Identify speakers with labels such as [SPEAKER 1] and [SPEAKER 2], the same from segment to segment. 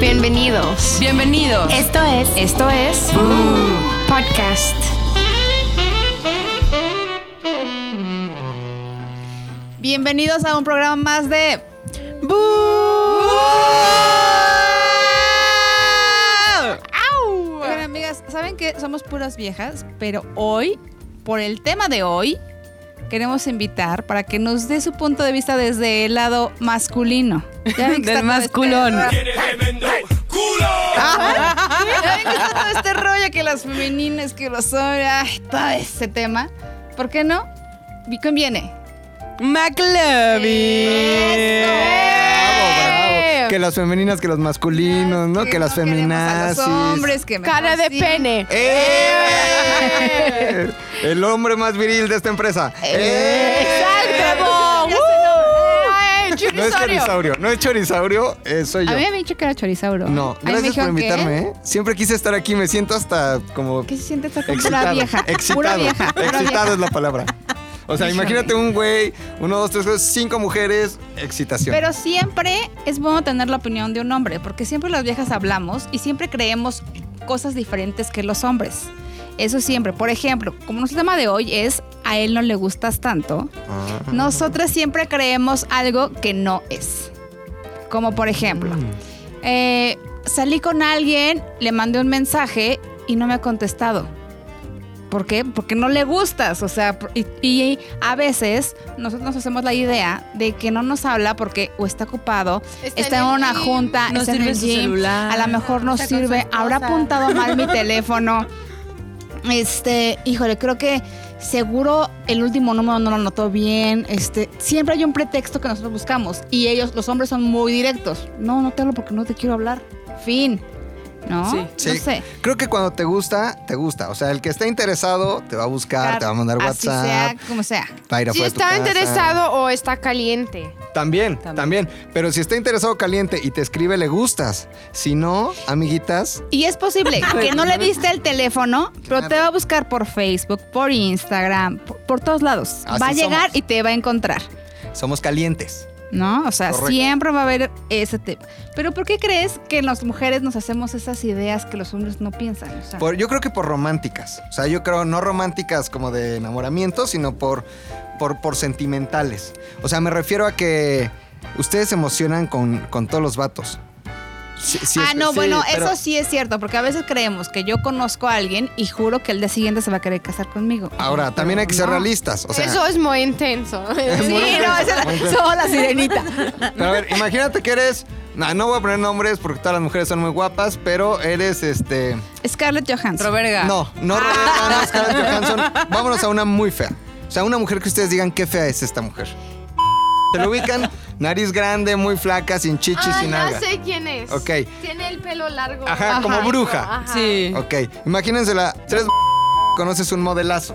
[SPEAKER 1] Bienvenidos.
[SPEAKER 2] Bienvenidos.
[SPEAKER 1] Esto es. Esto es.
[SPEAKER 3] uh,
[SPEAKER 1] Podcast.
[SPEAKER 2] Bienvenidos a un programa más de Boo. Bueno, amigas, saben que somos puras viejas, pero hoy, por el tema de hoy, queremos invitar para que nos dé su punto de vista desde el lado masculino. Ya ven que
[SPEAKER 4] Del
[SPEAKER 2] está todo
[SPEAKER 4] masculón.
[SPEAKER 2] este-
[SPEAKER 5] Tiene tremendo culo.
[SPEAKER 2] Ah, Ya ven que está todo este rollo que las femeninas, que los hombres, ay, todo ese tema. ¿Por qué no? Vi- Conviene.
[SPEAKER 6] Eh,
[SPEAKER 4] McLovin.
[SPEAKER 2] Eso.
[SPEAKER 6] Que las femeninas, que los masculinos, ¿no? Que las
[SPEAKER 2] queremos
[SPEAKER 6] feminazis.
[SPEAKER 2] A los hombres que mejor
[SPEAKER 4] Cara de
[SPEAKER 2] sí.
[SPEAKER 4] pene.
[SPEAKER 6] ¡Eh! El hombre más viril de esta empresa. ¡Eh!
[SPEAKER 4] ¡Exacto!
[SPEAKER 2] Ya eh,
[SPEAKER 3] Uh.
[SPEAKER 4] ¡Woo!
[SPEAKER 6] No es chorisaurio, no es chorisaurio, eh, soy
[SPEAKER 2] A
[SPEAKER 6] yo.
[SPEAKER 2] mí me habían dicho que era chorizauro.
[SPEAKER 6] No,
[SPEAKER 2] A mí me
[SPEAKER 6] gracias por
[SPEAKER 2] dijeron que-
[SPEAKER 6] invitarme, ¿eh? Siempre quise estar aquí, me siento hasta como
[SPEAKER 2] ¿Qué se siente estar con pura
[SPEAKER 6] excitado.
[SPEAKER 2] vieja? Pura
[SPEAKER 6] Excitado,
[SPEAKER 2] vieja. pura
[SPEAKER 6] excitado
[SPEAKER 2] vieja.
[SPEAKER 6] es la palabra. O sea,
[SPEAKER 2] Híjole.
[SPEAKER 6] imagínate un güey, uno, dos, tres, cuatro, cinco mujeres, excitación.
[SPEAKER 2] Pero siempre es bueno tener la opinión de un hombre, porque siempre las viejas hablamos y siempre creemos cosas diferentes que los hombres. Eso siempre. Por ejemplo, como nuestro tema de hoy es a él no le gustas tanto,
[SPEAKER 6] Ah.
[SPEAKER 2] Nosotras siempre creemos algo que no es. Como por ejemplo,
[SPEAKER 4] Mm.
[SPEAKER 2] eh, salí con alguien, le mandé un mensaje y no me ha contestado. ¿Por qué? Porque no le gustas. O sea, por- y, y a veces nosotros nos hacemos la idea de que no nos habla porque o está ocupado, está, en, una junta,
[SPEAKER 4] No
[SPEAKER 2] está en
[SPEAKER 4] sirve
[SPEAKER 2] el
[SPEAKER 4] su
[SPEAKER 2] gym,
[SPEAKER 4] celular.
[SPEAKER 2] a lo mejor no
[SPEAKER 3] Está con su
[SPEAKER 2] sirve, habrá
[SPEAKER 3] esposa.
[SPEAKER 2] apuntado mal mi teléfono. Este, híjole, creo que seguro el último número no lo anotó bien. Este, siempre hay un pretexto que nosotros buscamos y ellos, los hombres, son muy directos. No, no te hablo porque no te quiero hablar. Fin. ¿No?
[SPEAKER 4] Sí.
[SPEAKER 6] Sí.
[SPEAKER 2] No sé.
[SPEAKER 6] Creo que cuando te gusta, te gusta. O sea, el que está interesado te va a buscar, Ah, te va a mandar
[SPEAKER 2] Así
[SPEAKER 6] WhatsApp,
[SPEAKER 2] sea, como sea.
[SPEAKER 6] va a ir a
[SPEAKER 3] Si
[SPEAKER 6] fuera de tu
[SPEAKER 3] está
[SPEAKER 6] casa.
[SPEAKER 3] interesado o está caliente.
[SPEAKER 6] También, también, Pero si está interesado caliente y te escribe, le gustas. Si no, amiguitas,
[SPEAKER 2] Y es posible que no le diste el teléfono, pero te va a buscar por Facebook, por Instagram, por, por todos lados.
[SPEAKER 6] Así
[SPEAKER 2] va a llegar
[SPEAKER 6] somos.
[SPEAKER 2] y te va a encontrar.
[SPEAKER 6] somos calientes.
[SPEAKER 2] ¿No? O sea,
[SPEAKER 6] Correcto.
[SPEAKER 2] siempre va a haber ese tema. Pero ¿por qué crees que las mujeres nos hacemos esas ideas que los hombres no piensan? O sea,
[SPEAKER 6] Por- yo creo que por románticas. O sea, yo creo no románticas como de enamoramiento, sino por, por, por sentimentales. O sea, me refiero a que ustedes se emocionan con, con todos los vatos. Sí- sí,
[SPEAKER 2] ah,
[SPEAKER 6] es-
[SPEAKER 2] no,
[SPEAKER 6] sí,
[SPEAKER 2] bueno,
[SPEAKER 6] pero-
[SPEAKER 2] eso sí es cierto, porque a veces creemos que yo conozco a alguien y juro que el día siguiente se va a querer casar conmigo.
[SPEAKER 6] Ahora, también hay que ser
[SPEAKER 2] No.
[SPEAKER 6] realistas. O sea,
[SPEAKER 3] Eso es muy intenso. Ah,
[SPEAKER 2] Sí, no, esa es la, soy la sirenita.
[SPEAKER 6] Pero a ver, imagínate que eres. No, no voy a poner nombres porque todas las mujeres son muy guapas, pero eres este.
[SPEAKER 2] Scarlett Johansson.
[SPEAKER 4] Roberga.
[SPEAKER 6] No, no Roberta,
[SPEAKER 2] Ah.
[SPEAKER 6] no Scarlett Johansson. Vámonos a una muy fea. O sea, una mujer que ustedes digan qué fea es esta mujer. Te lo ubican, nariz grande, muy flaca, sin chichi,
[SPEAKER 3] Ah,
[SPEAKER 6] sin
[SPEAKER 3] ya
[SPEAKER 6] nada.
[SPEAKER 3] sé quién es.
[SPEAKER 6] Ok.
[SPEAKER 3] Tiene el pelo largo.
[SPEAKER 6] Ajá, como bruja.
[SPEAKER 3] ajá.
[SPEAKER 4] Sí.
[SPEAKER 6] Ok, imagínensela. Tres conoces un modelazo,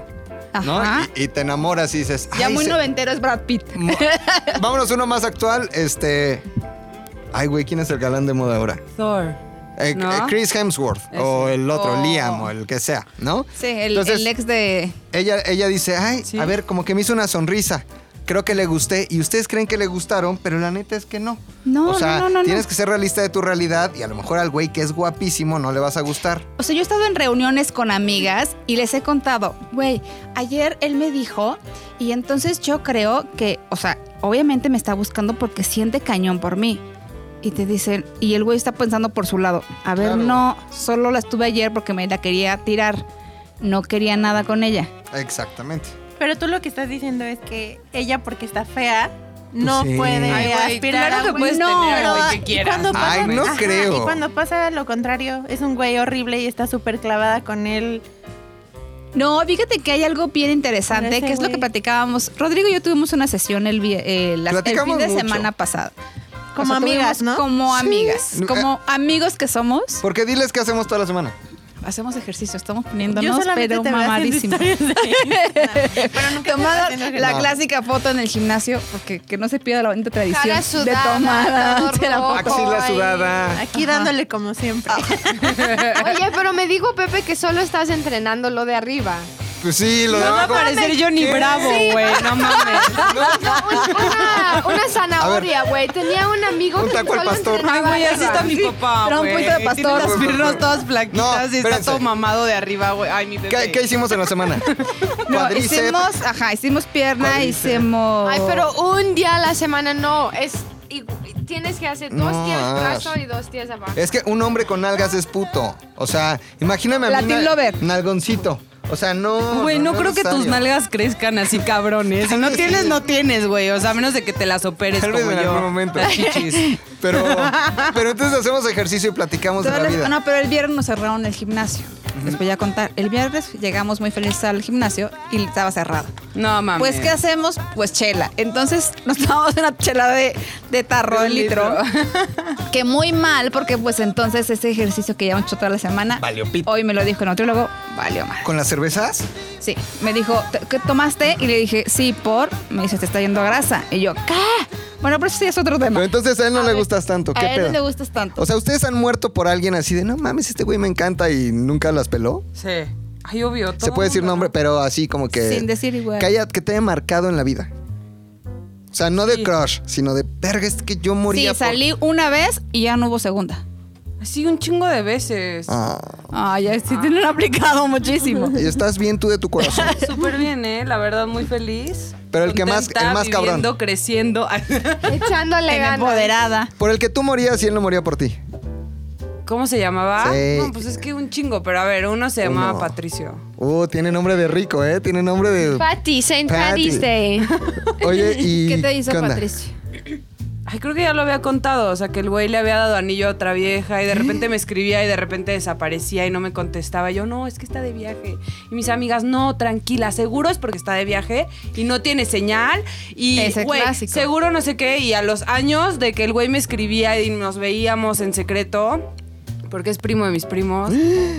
[SPEAKER 6] ¿no?
[SPEAKER 2] Ajá.
[SPEAKER 6] Y, y te enamoras y dices.
[SPEAKER 2] ya
[SPEAKER 6] "Ay, Mm.
[SPEAKER 2] muy
[SPEAKER 6] se-
[SPEAKER 2] noventero es Brad Pitt.
[SPEAKER 6] Mo- Vámonos uno más actual, este. Ay, güey, ¿quién es el galán de moda ahora?
[SPEAKER 4] Thor.
[SPEAKER 6] Eh,
[SPEAKER 4] ¿No?
[SPEAKER 6] eh, Chris Hemsworth o el otro,
[SPEAKER 2] Oh.
[SPEAKER 6] Liam o el que sea, ¿no?
[SPEAKER 2] Sí, el,
[SPEAKER 6] Entonces-
[SPEAKER 2] el ex de...
[SPEAKER 6] Ella, ella dice, ay,
[SPEAKER 4] Sí.
[SPEAKER 6] a ver, como que me hizo una sonrisa. Creo que le gusté y ustedes creen que le gustaron, pero la neta es que no.
[SPEAKER 2] No,
[SPEAKER 6] o sea,
[SPEAKER 2] no, no, no,
[SPEAKER 6] tienes
[SPEAKER 2] no.
[SPEAKER 6] que ser realista de tu realidad y a lo mejor al güey que es guapísimo no le vas a gustar.
[SPEAKER 2] O sea, yo he estado en reuniones con amigas y les he contado, güey, ayer él me dijo y entonces yo creo que, o sea, obviamente me está buscando porque siente cañón por mí. Y te dicen, y el güey está pensando por su lado, a ver,
[SPEAKER 6] Claro.
[SPEAKER 2] no, solo la estuve ayer porque me la quería tirar, no quería nada con ella.
[SPEAKER 6] Exactamente.
[SPEAKER 7] Pero tú lo que estás diciendo es que ella, porque está fea, no
[SPEAKER 6] Pues Sí.
[SPEAKER 7] puede
[SPEAKER 6] Ay,
[SPEAKER 7] aspirar
[SPEAKER 4] claro
[SPEAKER 7] a
[SPEAKER 4] que
[SPEAKER 7] un-
[SPEAKER 4] puedes
[SPEAKER 7] No,
[SPEAKER 4] tener al güey que
[SPEAKER 7] y
[SPEAKER 4] quieras.
[SPEAKER 7] cuando pasa-
[SPEAKER 6] Ay, no creo.
[SPEAKER 7] Y cuando pasa lo contrario, es un güey horrible y está súper clavada con él.
[SPEAKER 2] No, fíjate que hay algo bien interesante,
[SPEAKER 7] Parece,
[SPEAKER 2] que es lo que
[SPEAKER 7] güey.
[SPEAKER 2] platicábamos. Rodrigo y yo tuvimos una sesión el, vie- eh, la- el fin
[SPEAKER 6] Platicamos
[SPEAKER 2] de
[SPEAKER 6] mucho.
[SPEAKER 2] semana pasado.
[SPEAKER 7] Como
[SPEAKER 2] tuvimos
[SPEAKER 7] amigas, ¿no?
[SPEAKER 2] Como amigas,
[SPEAKER 6] Eh,
[SPEAKER 2] como amigos que somos.
[SPEAKER 6] Porque diles qué hacemos toda la semana.
[SPEAKER 2] Hacemos ejercicio, estamos
[SPEAKER 7] Yo
[SPEAKER 2] poniéndonos,
[SPEAKER 7] solamente
[SPEAKER 2] pero
[SPEAKER 7] te veo haciendo
[SPEAKER 2] mamadísimos.
[SPEAKER 7] historias de Instagram, Pero nunca te
[SPEAKER 2] Tomada
[SPEAKER 7] veo haciendo
[SPEAKER 2] la
[SPEAKER 6] No.
[SPEAKER 2] clásica foto en el gimnasio, porque que no se pierda la bonita tradición
[SPEAKER 3] Cara sudada,
[SPEAKER 2] de tomada.
[SPEAKER 3] todo
[SPEAKER 2] de la
[SPEAKER 3] rojo.
[SPEAKER 2] foto.
[SPEAKER 6] Axila
[SPEAKER 3] Ay.
[SPEAKER 6] sudada.
[SPEAKER 7] Aquí dándole como siempre.
[SPEAKER 3] Oye, pero me dijo Pepe que solo estás entrenando lo de arriba.
[SPEAKER 6] Pues sí, lo
[SPEAKER 4] No
[SPEAKER 6] de
[SPEAKER 4] va a
[SPEAKER 6] abajo.
[SPEAKER 4] parecer Johnny
[SPEAKER 6] ¿Qué?
[SPEAKER 4] Bravo, güey. No mames.
[SPEAKER 3] Una, una zanahoria, güey. Tenía un amigo
[SPEAKER 6] Un
[SPEAKER 3] que
[SPEAKER 6] taco al
[SPEAKER 3] solo
[SPEAKER 6] pastor.
[SPEAKER 3] entrenaba
[SPEAKER 8] Ay, güey, así
[SPEAKER 3] arriba.
[SPEAKER 8] está mi papá.
[SPEAKER 2] Era un
[SPEAKER 8] güey.
[SPEAKER 2] puente de
[SPEAKER 8] Tiene
[SPEAKER 2] pastor.
[SPEAKER 8] las piernas todas flaquitas
[SPEAKER 6] No,
[SPEAKER 8] y está
[SPEAKER 6] espérense.
[SPEAKER 8] todo mamado de arriba, güey. Ay, mi bebé.
[SPEAKER 6] ¿Qué, qué hicimos en la semana?
[SPEAKER 2] No,
[SPEAKER 6] Cuadriceps.
[SPEAKER 2] hicimos, ajá, hicimos pierna,
[SPEAKER 6] Cuádriceps.
[SPEAKER 2] hicimos.
[SPEAKER 3] Ay, pero un día a la semana no. Es, y- tienes que hacer dos
[SPEAKER 6] No,
[SPEAKER 3] días
[SPEAKER 6] ah,
[SPEAKER 3] brazo
[SPEAKER 6] sí.
[SPEAKER 3] y dos días abajo.
[SPEAKER 6] Es que un hombre con nalgas es puto. O sea, imagíname a mí.
[SPEAKER 2] Latin
[SPEAKER 6] na-
[SPEAKER 2] lover.
[SPEAKER 6] Nalgoncito. O sea, no.
[SPEAKER 8] Güey, no,
[SPEAKER 6] es
[SPEAKER 8] creo que tus
[SPEAKER 6] necesario.
[SPEAKER 8] nalgas crezcan así, cabrones. Si no tienes, no tienes, güey. O sea, a menos de que te las operes
[SPEAKER 6] Tal vez
[SPEAKER 8] como
[SPEAKER 6] en
[SPEAKER 8] yo.
[SPEAKER 6] algún momento.
[SPEAKER 8] Las chichis.
[SPEAKER 6] Pero, pero entonces hacemos ejercicio y platicamos de
[SPEAKER 2] Todas
[SPEAKER 6] la
[SPEAKER 2] las-
[SPEAKER 6] vida.
[SPEAKER 2] no, pero el viernes nos cerraron el gimnasio. Les voy a contar. El viernes llegamos muy felices al gimnasio y estaba cerrado.
[SPEAKER 8] No, mames.
[SPEAKER 2] Pues, ¿qué hacemos? Pues chela. Entonces nos tomamos una chela de, de tarro
[SPEAKER 8] De
[SPEAKER 2] de
[SPEAKER 8] un
[SPEAKER 2] litro.
[SPEAKER 8] litro.
[SPEAKER 2] que muy mal, porque pues entonces ese ejercicio que llevamos hecho toda la semana.
[SPEAKER 6] Valió pito.
[SPEAKER 2] Hoy me lo dijo el nutriólogo, valió mal.
[SPEAKER 6] ¿Con las cervezas?
[SPEAKER 2] Sí, me dijo, "¿Te- ¿qué tomaste? Y le dije, sí, por. Me dice, te está yendo grasa. Y yo, ¿qué? Bueno, pero eso ya es otro tema.
[SPEAKER 6] Pero entonces a él no
[SPEAKER 2] A
[SPEAKER 6] le
[SPEAKER 2] ver,
[SPEAKER 6] gustas tanto. ¿Qué
[SPEAKER 2] a él no
[SPEAKER 6] pedo?
[SPEAKER 2] le gustas tanto.
[SPEAKER 6] O sea, ¿ustedes han muerto por alguien así de no mames, este güey me encanta y nunca las peló?
[SPEAKER 8] Sí. Ay, obvio. todo
[SPEAKER 6] Se puede decir
[SPEAKER 8] mundo-
[SPEAKER 6] nombre, pero así como que.
[SPEAKER 2] Sin decir igual.
[SPEAKER 6] Que, haya- que te haya marcado en la vida. O sea, no de crush, sino de verga, es que yo
[SPEAKER 2] sí,
[SPEAKER 6] moría. por-".
[SPEAKER 2] salí una vez y ya no hubo segunda.
[SPEAKER 8] Sí, un chingo de veces.
[SPEAKER 6] Ah,
[SPEAKER 2] Ay, ya sí te lo han aplicado muchísimo.
[SPEAKER 6] y estás bien tú de tu corazón.
[SPEAKER 8] Súper bien, ¿eh? La verdad, muy feliz.
[SPEAKER 6] Pero el que más-
[SPEAKER 8] Contenta,
[SPEAKER 6] el más cabrón.
[SPEAKER 8] viviendo, creciendo.
[SPEAKER 3] Echándole
[SPEAKER 2] En
[SPEAKER 3] ganas.
[SPEAKER 2] empoderada.
[SPEAKER 6] Por el que tú morías y él no moría por ti.
[SPEAKER 8] ¿Cómo se llamaba?
[SPEAKER 6] Sí.
[SPEAKER 8] No, pues es que un chingo. Pero a ver, uno se llamaba
[SPEAKER 6] Uno.
[SPEAKER 8] Patricio.
[SPEAKER 6] Uh, tiene nombre de rico, ¿eh? Tiene nombre de.
[SPEAKER 3] Patty, Saint
[SPEAKER 6] Patty.
[SPEAKER 3] Patty's Day.
[SPEAKER 6] Oye, ¿y.
[SPEAKER 2] ¿Qué te hizo
[SPEAKER 6] onda?
[SPEAKER 2] Patricio?
[SPEAKER 8] Ay, creo que ya lo había contado. O sea, que el güey le había dado anillo a otra vieja y de repente me escribía y de repente desaparecía y no me contestaba. Yo, no, es que está de viaje. Y mis amigas, no, tranquila, seguro es porque está de viaje y no tiene señal. Y,
[SPEAKER 2] Ese
[SPEAKER 8] güey,
[SPEAKER 2] clásico.
[SPEAKER 8] seguro no sé qué. Y a los años de que el güey me escribía y nos veíamos en secreto. Porque es primo de mis primos.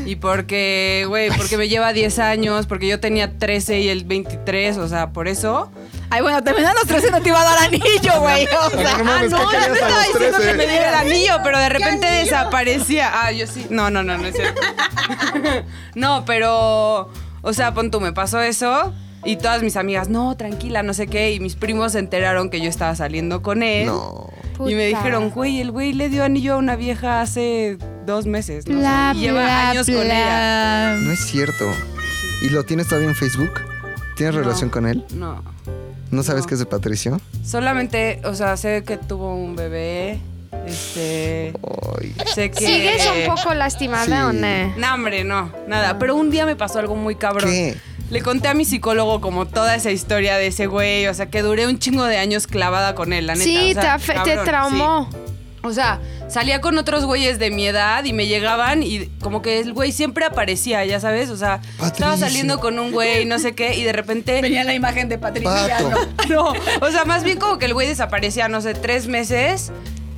[SPEAKER 8] Y porque, güey, porque me lleva 10 años, porque yo tenía 13 y él 23, o sea, por eso.
[SPEAKER 2] Ay, bueno, terminando los 13 no te iba a dar anillo, güey. O sea,
[SPEAKER 6] no mames,
[SPEAKER 2] ah,
[SPEAKER 6] ¿qué querías
[SPEAKER 2] yo te
[SPEAKER 6] a
[SPEAKER 2] estaba
[SPEAKER 6] los
[SPEAKER 2] diciendo que
[SPEAKER 6] 13?
[SPEAKER 8] me diera el anillo, pero de repente desaparecía. Ah, yo sí. No, no, no, no es cierto. no, pero. O sea, pon tú, me pasó eso. Y todas mis amigas, no, tranquila, no sé qué. Y mis primos se enteraron que yo estaba saliendo con él.
[SPEAKER 6] No.
[SPEAKER 8] Y me
[SPEAKER 3] Puta.
[SPEAKER 8] dijeron, güey, el güey le dio anillo a una vieja hace dos meses. ¿no? O sea, y lleva años con ella.
[SPEAKER 6] No es cierto. ¿Y lo tienes todavía en Facebook? ¿Tienes
[SPEAKER 8] No.
[SPEAKER 6] relación con él?
[SPEAKER 8] No.
[SPEAKER 6] ¿No sabes
[SPEAKER 8] No.
[SPEAKER 6] qué es de Patricio?
[SPEAKER 8] Solamente, o sea, sé que tuvo un bebé. Este.
[SPEAKER 6] Ay.
[SPEAKER 8] Sé que.
[SPEAKER 3] ¿Sigues un poco lastimada
[SPEAKER 6] Sí.
[SPEAKER 3] o no?
[SPEAKER 8] No, hombre, no, nada. Pero un día me pasó algo muy cabrón.
[SPEAKER 6] ¿Qué?
[SPEAKER 8] Le conté a mi psicólogo como toda esa historia de ese güey. O sea, que duré un chingo de años clavada con él, la neta.
[SPEAKER 3] Sí,
[SPEAKER 8] o sea,
[SPEAKER 3] te afe- te,
[SPEAKER 8] cabrón, sí.
[SPEAKER 3] traumó.
[SPEAKER 8] O sea, salía con otros güeyes de mi edad y me llegaban y como que el güey siempre aparecía, ya sabes. O sea, estaba
[SPEAKER 6] Patricio.
[SPEAKER 8] saliendo con un güey, no sé qué, y de repente.
[SPEAKER 2] Venía la imagen de Patricia.
[SPEAKER 6] Pato.
[SPEAKER 8] No, o sea, más bien como que el güey desaparecía, no sé, tres meses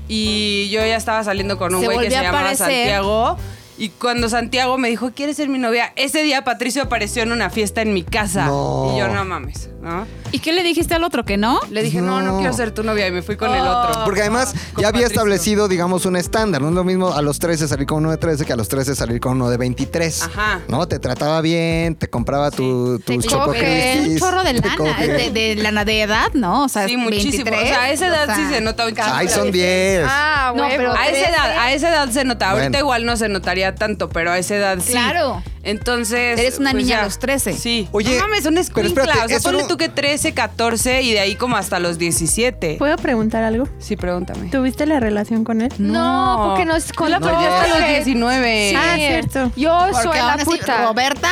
[SPEAKER 8] y yo ya estaba saliendo con un
[SPEAKER 2] Se
[SPEAKER 8] güey que
[SPEAKER 2] volvió
[SPEAKER 8] se
[SPEAKER 2] a
[SPEAKER 8] llamaba
[SPEAKER 2] aparecer.
[SPEAKER 8] Santiago. Y cuando Santiago me dijo, ¿quieres ser mi novia? Ese día Patricio apareció en una fiesta en mi casa.
[SPEAKER 6] No.
[SPEAKER 8] Y yo, no mames, ¿no?
[SPEAKER 2] ¿Y qué le dijiste al otro que no?
[SPEAKER 8] Le dije, no. no,
[SPEAKER 6] No.
[SPEAKER 8] quiero ser tu novia. Y me fui con el
[SPEAKER 2] Oh.
[SPEAKER 8] otro.
[SPEAKER 6] Porque además
[SPEAKER 8] Con
[SPEAKER 6] ya había
[SPEAKER 8] Patricio.
[SPEAKER 6] establecido, digamos, un estándar. No es lo mismo a los 13 salir con uno de 13 que a los 13 salir con uno de 23.
[SPEAKER 8] Ajá.
[SPEAKER 6] ¿No? Te trataba bien, te compraba tu,
[SPEAKER 2] Te
[SPEAKER 6] tus choco
[SPEAKER 2] coge un
[SPEAKER 6] Crispies,
[SPEAKER 2] chorro de
[SPEAKER 6] te
[SPEAKER 2] lana, eh,
[SPEAKER 6] coge.
[SPEAKER 2] de, de lana de edad, ¿no? O sea,
[SPEAKER 8] Sí, muchísimo.
[SPEAKER 2] 23,
[SPEAKER 8] o sea, a esa edad
[SPEAKER 2] o sea,
[SPEAKER 8] sí se nota un chingo.
[SPEAKER 6] Ay,
[SPEAKER 8] la
[SPEAKER 6] son
[SPEAKER 8] diferencia.
[SPEAKER 6] 10.
[SPEAKER 3] Ah,
[SPEAKER 2] No,
[SPEAKER 3] güey.
[SPEAKER 2] pero-
[SPEAKER 8] A esa edad, a esa edad se nota. Ahorita
[SPEAKER 6] Bueno.
[SPEAKER 8] igual no se notaría tanto, pero a esa edad sí.
[SPEAKER 2] Claro.
[SPEAKER 8] Entonces. pues
[SPEAKER 2] Eres una niña
[SPEAKER 8] ya.
[SPEAKER 2] a los 13.
[SPEAKER 8] Sí.
[SPEAKER 6] Oye,
[SPEAKER 8] No mames, una
[SPEAKER 6] pero
[SPEAKER 8] escuincla.
[SPEAKER 6] espérate,
[SPEAKER 8] o sea,
[SPEAKER 6] eso
[SPEAKER 8] ponle
[SPEAKER 6] no-
[SPEAKER 8] tú que 13, 14 y de ahí como hasta los 17.
[SPEAKER 7] ¿Puedo preguntar algo?
[SPEAKER 8] Sí, pregúntame.
[SPEAKER 7] ¿Tuviste la relación con él?
[SPEAKER 3] No, porque nos
[SPEAKER 8] Tú la
[SPEAKER 3] contó
[SPEAKER 8] perdí hasta los
[SPEAKER 3] que-
[SPEAKER 8] 19.
[SPEAKER 3] Sí.
[SPEAKER 7] Ah, cierto.
[SPEAKER 3] Yo soy
[SPEAKER 2] Porque
[SPEAKER 3] la
[SPEAKER 2] aún así,
[SPEAKER 3] puta.
[SPEAKER 2] Roberta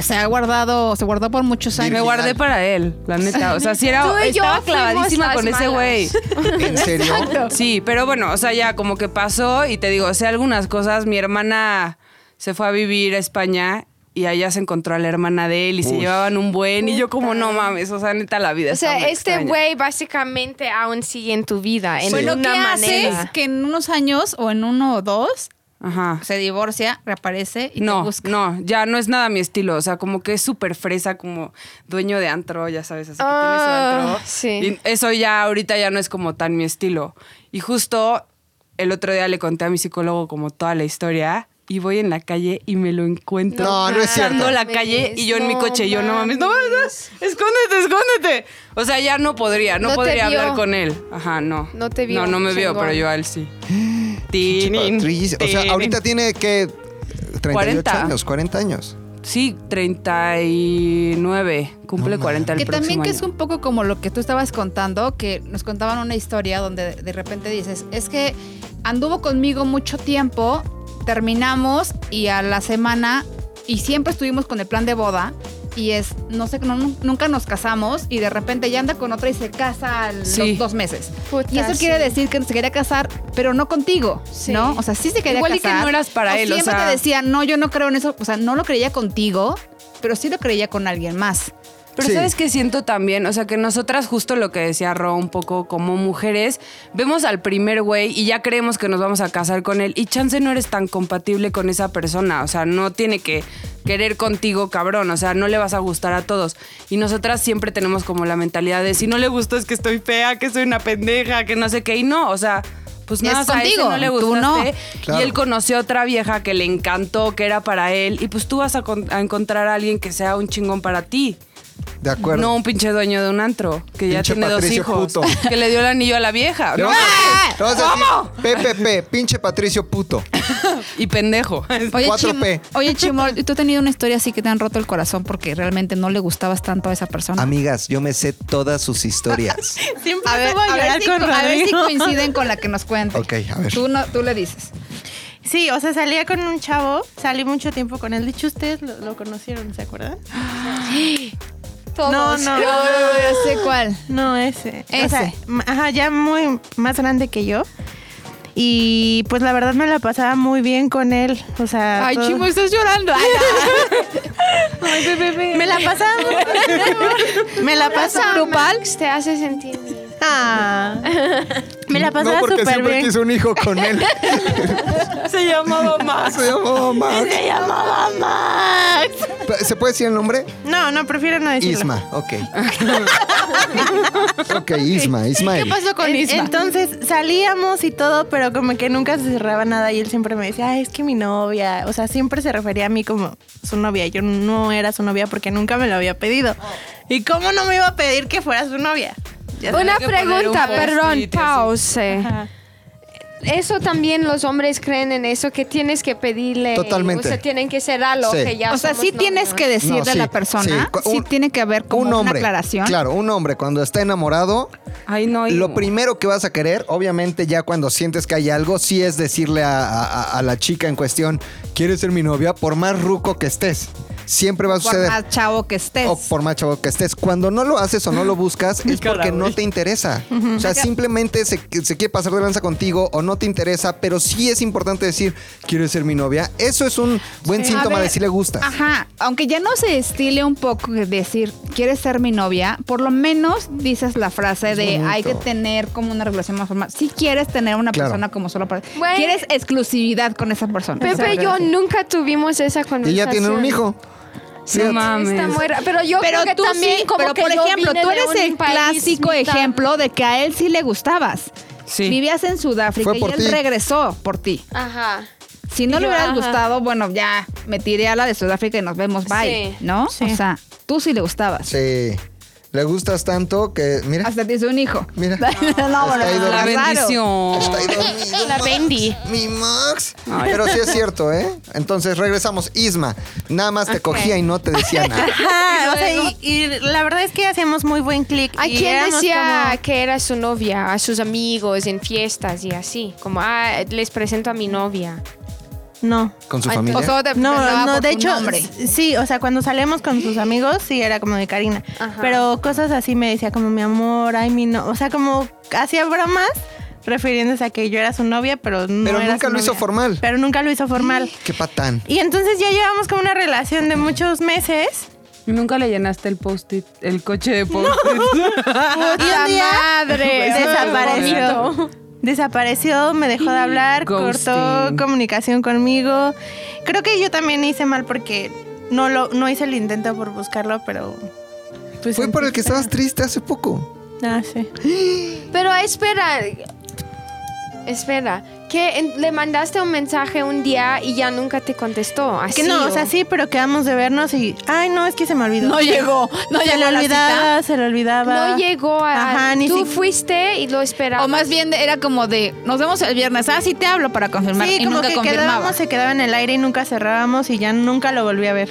[SPEAKER 2] se ha guardado, se guardó por muchos
[SPEAKER 8] Me
[SPEAKER 2] años.
[SPEAKER 8] guardé para él, la neta. O sea, sí era,
[SPEAKER 3] Tú y yo
[SPEAKER 8] estaba
[SPEAKER 3] fuimos
[SPEAKER 8] clavadísima
[SPEAKER 3] las
[SPEAKER 8] con ese
[SPEAKER 3] malas.
[SPEAKER 8] güey.
[SPEAKER 6] ¿En serio?
[SPEAKER 8] Sí, pero bueno, o sea, ya como que pasó y te digo, o sea, algunas cosas. Mi hermana se fue a vivir a España y allá se encontró a la hermana de él y se
[SPEAKER 6] Uy.
[SPEAKER 8] llevaban un buen. Y yo, como, no mames, o sea, neta, la vida
[SPEAKER 3] O sea,
[SPEAKER 8] está muy
[SPEAKER 3] este
[SPEAKER 8] extraña.
[SPEAKER 3] güey básicamente aún sigue en tu vida. En
[SPEAKER 2] Bueno,
[SPEAKER 3] una
[SPEAKER 2] ¿qué
[SPEAKER 3] manera.
[SPEAKER 2] haces que en unos años o en uno o dos
[SPEAKER 8] Ajá.
[SPEAKER 2] se divorcia, reaparece y te
[SPEAKER 8] no,
[SPEAKER 2] busca?
[SPEAKER 8] no, ya no es nada mi estilo. O sea, como que es súper fresa, como dueño de antro, ya sabes, así que
[SPEAKER 3] Ah,
[SPEAKER 8] tiene su antro.
[SPEAKER 3] sí.
[SPEAKER 8] Y eso ya ahorita ya no es como tan mi estilo. Y justo el otro día le conté a mi psicólogo como toda la historia. y voy en la calle y me lo encuentro
[SPEAKER 6] No, no es cierto.
[SPEAKER 8] cruzando la calle y yo en mi coche, yo no mames, no mames, escóndete, escóndete. O sea, ya no podría, no,
[SPEAKER 3] No te
[SPEAKER 8] podría
[SPEAKER 3] vio.
[SPEAKER 8] hablar con él. Ajá, no.
[SPEAKER 3] No te vio,
[SPEAKER 8] No, no me vio,
[SPEAKER 3] chingón.
[SPEAKER 8] pero yo a él sí.
[SPEAKER 6] Pinche
[SPEAKER 8] Tinin,
[SPEAKER 6] Patricia. O sea,
[SPEAKER 8] tinin.
[SPEAKER 6] ahorita tiene que 38
[SPEAKER 8] 40.
[SPEAKER 6] años, 40 años.
[SPEAKER 8] Sí, 39. Cumple 40 el
[SPEAKER 2] Que también
[SPEAKER 8] próximo
[SPEAKER 2] que es
[SPEAKER 8] año.
[SPEAKER 2] un poco como lo que tú estabas contando, que nos contaban una historia donde de repente dices, es que anduvo conmigo mucho tiempo, terminamos y a la semana, y siempre estuvimos con el plan de boda, y es, no sé, no- nunca nos casamos, y de repente ya anda con otra y se casa a los
[SPEAKER 8] Sí.
[SPEAKER 2] dos meses.
[SPEAKER 3] Puta,
[SPEAKER 2] y eso
[SPEAKER 3] sí.
[SPEAKER 2] quiere decir que se quería casar, pero no contigo,
[SPEAKER 3] Sí.
[SPEAKER 2] ¿no? O sea, sí se quería
[SPEAKER 8] Igual y que
[SPEAKER 2] casar.
[SPEAKER 8] no eras para
[SPEAKER 2] o
[SPEAKER 8] él, o
[SPEAKER 2] Siempre
[SPEAKER 8] sea.
[SPEAKER 2] te decía, no, yo no creo en eso, o sea, no lo creía contigo, pero sí lo creía con alguien más.
[SPEAKER 8] Pero
[SPEAKER 6] Sí.
[SPEAKER 8] sabes que siento también, o sea, que nosotras justo lo que decía Ro un poco como mujeres, vemos al primer güey y ya creemos que nos vamos a casar con él y chance no eres tan compatible con esa persona, o sea, no tiene que querer contigo, cabrón, o sea, no le vas a gustar a todos. Y nosotras siempre tenemos como la mentalidad de si no le gusta es que estoy fea, que soy una pendeja, que no sé qué y no, o sea, pues
[SPEAKER 2] Es
[SPEAKER 8] nada, más a ese
[SPEAKER 2] contigo,
[SPEAKER 8] no le
[SPEAKER 2] tú no.
[SPEAKER 8] gustaste
[SPEAKER 6] Claro.
[SPEAKER 8] y él conoció a otra vieja que le encantó, que era para él y pues tú vas a, con- a encontrar a alguien que sea un chingón para ti.
[SPEAKER 6] De acuerdo.
[SPEAKER 8] No, un pinche dueño de un antro que ya
[SPEAKER 6] Pinche
[SPEAKER 8] tiene dos
[SPEAKER 6] Patricio
[SPEAKER 8] hijos.
[SPEAKER 6] puto.
[SPEAKER 8] Que le dio el anillo a la vieja.
[SPEAKER 6] Le
[SPEAKER 8] ¿no?
[SPEAKER 6] vamos
[SPEAKER 2] ¡Ah!
[SPEAKER 6] a- le vamos a decir, PPP, pinche Patricio puto.
[SPEAKER 8] Y pendejo.
[SPEAKER 2] Oye, Chim-
[SPEAKER 6] 4P.
[SPEAKER 2] oye, Chimol, ¿tú has tenido una historia así que te han roto el corazón porque realmente no le gustabas tanto a esa persona?
[SPEAKER 6] Amigas, yo me sé todas sus historias.
[SPEAKER 7] Siempre
[SPEAKER 2] A ver,
[SPEAKER 7] se va
[SPEAKER 2] a ver
[SPEAKER 7] llorar
[SPEAKER 2] si,
[SPEAKER 7] con
[SPEAKER 2] a ver si
[SPEAKER 7] Rodrigo.
[SPEAKER 2] coinciden con la que nos cuenta.
[SPEAKER 6] Ok, a ver.
[SPEAKER 2] Tú, no, tú le dices.
[SPEAKER 7] Sí, o sea, salía con un chavo, salí mucho tiempo con él. De hecho, ustedes lo, lo conocieron, ¿se acuerdan? No,
[SPEAKER 2] No
[SPEAKER 7] no.
[SPEAKER 2] sé cuál.
[SPEAKER 7] No, ese.
[SPEAKER 2] Ese.
[SPEAKER 7] O sea, m- ajá, ya muy más grande que yo. Y pues la verdad me la pasaba muy bien con él. O sea. todo-
[SPEAKER 2] estás llorando.
[SPEAKER 7] Me la pasaba muy Me la pasaba.
[SPEAKER 3] grupal te hace sentir. bien.
[SPEAKER 7] Ah. Me la pasaba
[SPEAKER 6] no, porque
[SPEAKER 7] súper
[SPEAKER 6] siempre
[SPEAKER 7] bien.
[SPEAKER 6] quiso un hijo con él.
[SPEAKER 8] Se llamaba más.
[SPEAKER 6] Se llamaba Max.
[SPEAKER 7] Se llamaba Max.
[SPEAKER 6] ¿Se puede decir el nombre?
[SPEAKER 7] No, no, prefiero no decirlo.
[SPEAKER 6] Isma, ok. ok, Isma, Ismael.
[SPEAKER 2] pasó con
[SPEAKER 7] En-
[SPEAKER 2] Isma?
[SPEAKER 7] Entonces salíamos y todo, pero como que nunca se cerraba nada y él siempre me decía, "Ay, es que mi novia, o sea, siempre se refería a mí como su novia. Yo no era su novia porque nunca me lo había pedido. ¿Y cómo no me iba a pedir que fuera su novia? Ya sabes.
[SPEAKER 4] Una
[SPEAKER 8] Tenía que poner un
[SPEAKER 4] pregunta,
[SPEAKER 8] post-it
[SPEAKER 4] perdón,
[SPEAKER 8] así.
[SPEAKER 4] pause.
[SPEAKER 7] Ajá.
[SPEAKER 3] Eso también los hombres creen en eso, que tienes que pedirle.
[SPEAKER 6] Totalmente.
[SPEAKER 3] O sea, tienen que ser algo
[SPEAKER 6] Sí.
[SPEAKER 3] que ya
[SPEAKER 2] O sea,
[SPEAKER 3] somos
[SPEAKER 2] sí tienes
[SPEAKER 3] novios.
[SPEAKER 2] que decirle
[SPEAKER 6] No,
[SPEAKER 2] a
[SPEAKER 6] sí,
[SPEAKER 2] la persona,
[SPEAKER 6] sí,
[SPEAKER 2] sí,
[SPEAKER 6] cu- un-
[SPEAKER 2] tiene que haber como
[SPEAKER 6] un
[SPEAKER 2] una
[SPEAKER 6] hombre.
[SPEAKER 2] aclaración.
[SPEAKER 6] Claro, un hombre cuando está enamorado,
[SPEAKER 8] Ay, no. hijo.
[SPEAKER 6] lo primero que vas a querer, obviamente ya cuando sientes que hay algo, sí es decirle a, a- a la chica en cuestión, ¿quieres ser mi novia? Por más ruco que estés, siempre va a
[SPEAKER 2] Por
[SPEAKER 6] suceder.
[SPEAKER 2] más chavo que estés.
[SPEAKER 6] O por más chavo que estés. Cuando no lo haces o no lo buscas, es porque no te interesa. O sea, simplemente se, se quiere pasar de lanza contigo o no te interesa, pero sí es importante decir, ¿quieres ser mi novia? Eso es un buen síntoma
[SPEAKER 2] A ver,
[SPEAKER 6] de si le gustas.
[SPEAKER 2] Ajá, aunque ya no se estile un poco de decir, ¿quieres ser mi novia? Por lo menos dices la frase de,
[SPEAKER 6] bonito.
[SPEAKER 2] hay que tener como una relación más formal. Si quieres tener una
[SPEAKER 6] Claro.
[SPEAKER 2] persona como solo para...
[SPEAKER 3] Güey.
[SPEAKER 2] Quieres exclusividad con esa persona.
[SPEAKER 3] Pepe y yo nunca tuvimos esa
[SPEAKER 6] Y
[SPEAKER 3] conversación.
[SPEAKER 6] ya tienen un hijo.
[SPEAKER 8] No mames.
[SPEAKER 3] Está muy ra- pero yo
[SPEAKER 2] Pero
[SPEAKER 3] creo que
[SPEAKER 2] tú
[SPEAKER 3] también
[SPEAKER 2] sí,
[SPEAKER 3] como
[SPEAKER 2] pero
[SPEAKER 3] que
[SPEAKER 2] por
[SPEAKER 3] yo
[SPEAKER 2] ejemplo,
[SPEAKER 3] vine
[SPEAKER 2] tú
[SPEAKER 3] de
[SPEAKER 2] eres
[SPEAKER 3] un
[SPEAKER 2] el
[SPEAKER 3] país
[SPEAKER 2] clásico
[SPEAKER 3] mitad-
[SPEAKER 2] ejemplo de que a él sí le gustabas.
[SPEAKER 8] Sí.
[SPEAKER 2] Vivías en Sudáfrica
[SPEAKER 6] Fue por
[SPEAKER 2] y él
[SPEAKER 6] ti.
[SPEAKER 2] regresó por ti.
[SPEAKER 3] Ajá.
[SPEAKER 2] Si no
[SPEAKER 3] Y
[SPEAKER 2] le
[SPEAKER 3] yo,
[SPEAKER 2] hubieras
[SPEAKER 3] ajá.
[SPEAKER 2] gustado, bueno, ya me tiré a la de Sudáfrica y nos vemos, bye.
[SPEAKER 3] Sí.
[SPEAKER 2] ¿No?
[SPEAKER 7] Sí.
[SPEAKER 2] O sea, tú sí le gustabas.
[SPEAKER 6] Sí. Le gustas tanto que, mira,
[SPEAKER 2] Hasta te hizo un hijo.
[SPEAKER 6] mira.
[SPEAKER 2] No,
[SPEAKER 6] bueno,
[SPEAKER 8] La
[SPEAKER 6] ahí dormido.
[SPEAKER 2] claro.
[SPEAKER 8] bendición.
[SPEAKER 6] Está ahí dormido,
[SPEAKER 4] La
[SPEAKER 6] Max,
[SPEAKER 4] Bendy.
[SPEAKER 6] Mi Max. Pero sí es cierto, ¿eh? Entonces regresamos. Isma, nada más te cogía y no te decía nada.
[SPEAKER 7] Ajá, o sea, y, y la verdad es que hacíamos muy buen clic.
[SPEAKER 3] ¿A
[SPEAKER 7] y
[SPEAKER 3] quién
[SPEAKER 7] éramos
[SPEAKER 3] decía
[SPEAKER 7] como-
[SPEAKER 3] que era su novia? A sus amigos en fiestas y así. Como, ah, les presento a mi novia.
[SPEAKER 7] No.
[SPEAKER 6] Con su
[SPEAKER 3] Ay,
[SPEAKER 6] familia.
[SPEAKER 2] O solo te
[SPEAKER 7] No,
[SPEAKER 2] presentaba
[SPEAKER 7] no,
[SPEAKER 2] por
[SPEAKER 7] de
[SPEAKER 2] tu
[SPEAKER 7] hecho,
[SPEAKER 2] nombre.
[SPEAKER 7] s- sí, o sea, cuando salíamos con sus amigos, sí era como de Karina.
[SPEAKER 3] Ajá.
[SPEAKER 7] Pero cosas así me decía como mi amor, ay, mi no. O sea, como hacía bromas refiriéndose a que yo era su novia, pero no.
[SPEAKER 6] Pero
[SPEAKER 7] era
[SPEAKER 6] nunca
[SPEAKER 7] su
[SPEAKER 6] lo hizo
[SPEAKER 7] novia.
[SPEAKER 6] formal.
[SPEAKER 7] Pero nunca lo hizo formal.
[SPEAKER 6] Qué patán.
[SPEAKER 7] Y entonces ya llevamos como una relación de muchos meses.
[SPEAKER 8] Nunca le llenaste el post-it, el coche de post-it.
[SPEAKER 7] y un día
[SPEAKER 3] madre!
[SPEAKER 7] desapareció. Desapareció, me dejó de hablar, cortó
[SPEAKER 8] Ghosting.
[SPEAKER 7] comunicación conmigo. Creo que yo también hice mal porque no lo no hice el intento por buscarlo, pero pues,
[SPEAKER 6] Fue por el que
[SPEAKER 7] entonces-
[SPEAKER 6] estabas triste hace poco.
[SPEAKER 7] Ah, sí.
[SPEAKER 3] Pero espera. Espera. que en- le mandaste un mensaje un día y ya nunca te contestó. Así,
[SPEAKER 7] Que no, o sea, sí, pero quedamos de vernos y. Ay, no, es que se me olvidó.
[SPEAKER 4] No llegó, no
[SPEAKER 7] se
[SPEAKER 4] llegó
[SPEAKER 7] le
[SPEAKER 4] la
[SPEAKER 7] olvidaba, se le olvidaba.
[SPEAKER 3] No llegó a.
[SPEAKER 7] Ajá, ni
[SPEAKER 3] tú
[SPEAKER 7] si-
[SPEAKER 3] fuiste y lo esperabas.
[SPEAKER 2] O más bien era como de, nos vemos el viernes. Ah, sí te hablo para confirmar.
[SPEAKER 7] Sí,
[SPEAKER 2] y
[SPEAKER 7] como
[SPEAKER 2] nunca
[SPEAKER 7] que
[SPEAKER 2] confirmaba.
[SPEAKER 7] quedábamos, se quedaba en el aire y nunca cerrábamos y ya nunca lo volví a ver.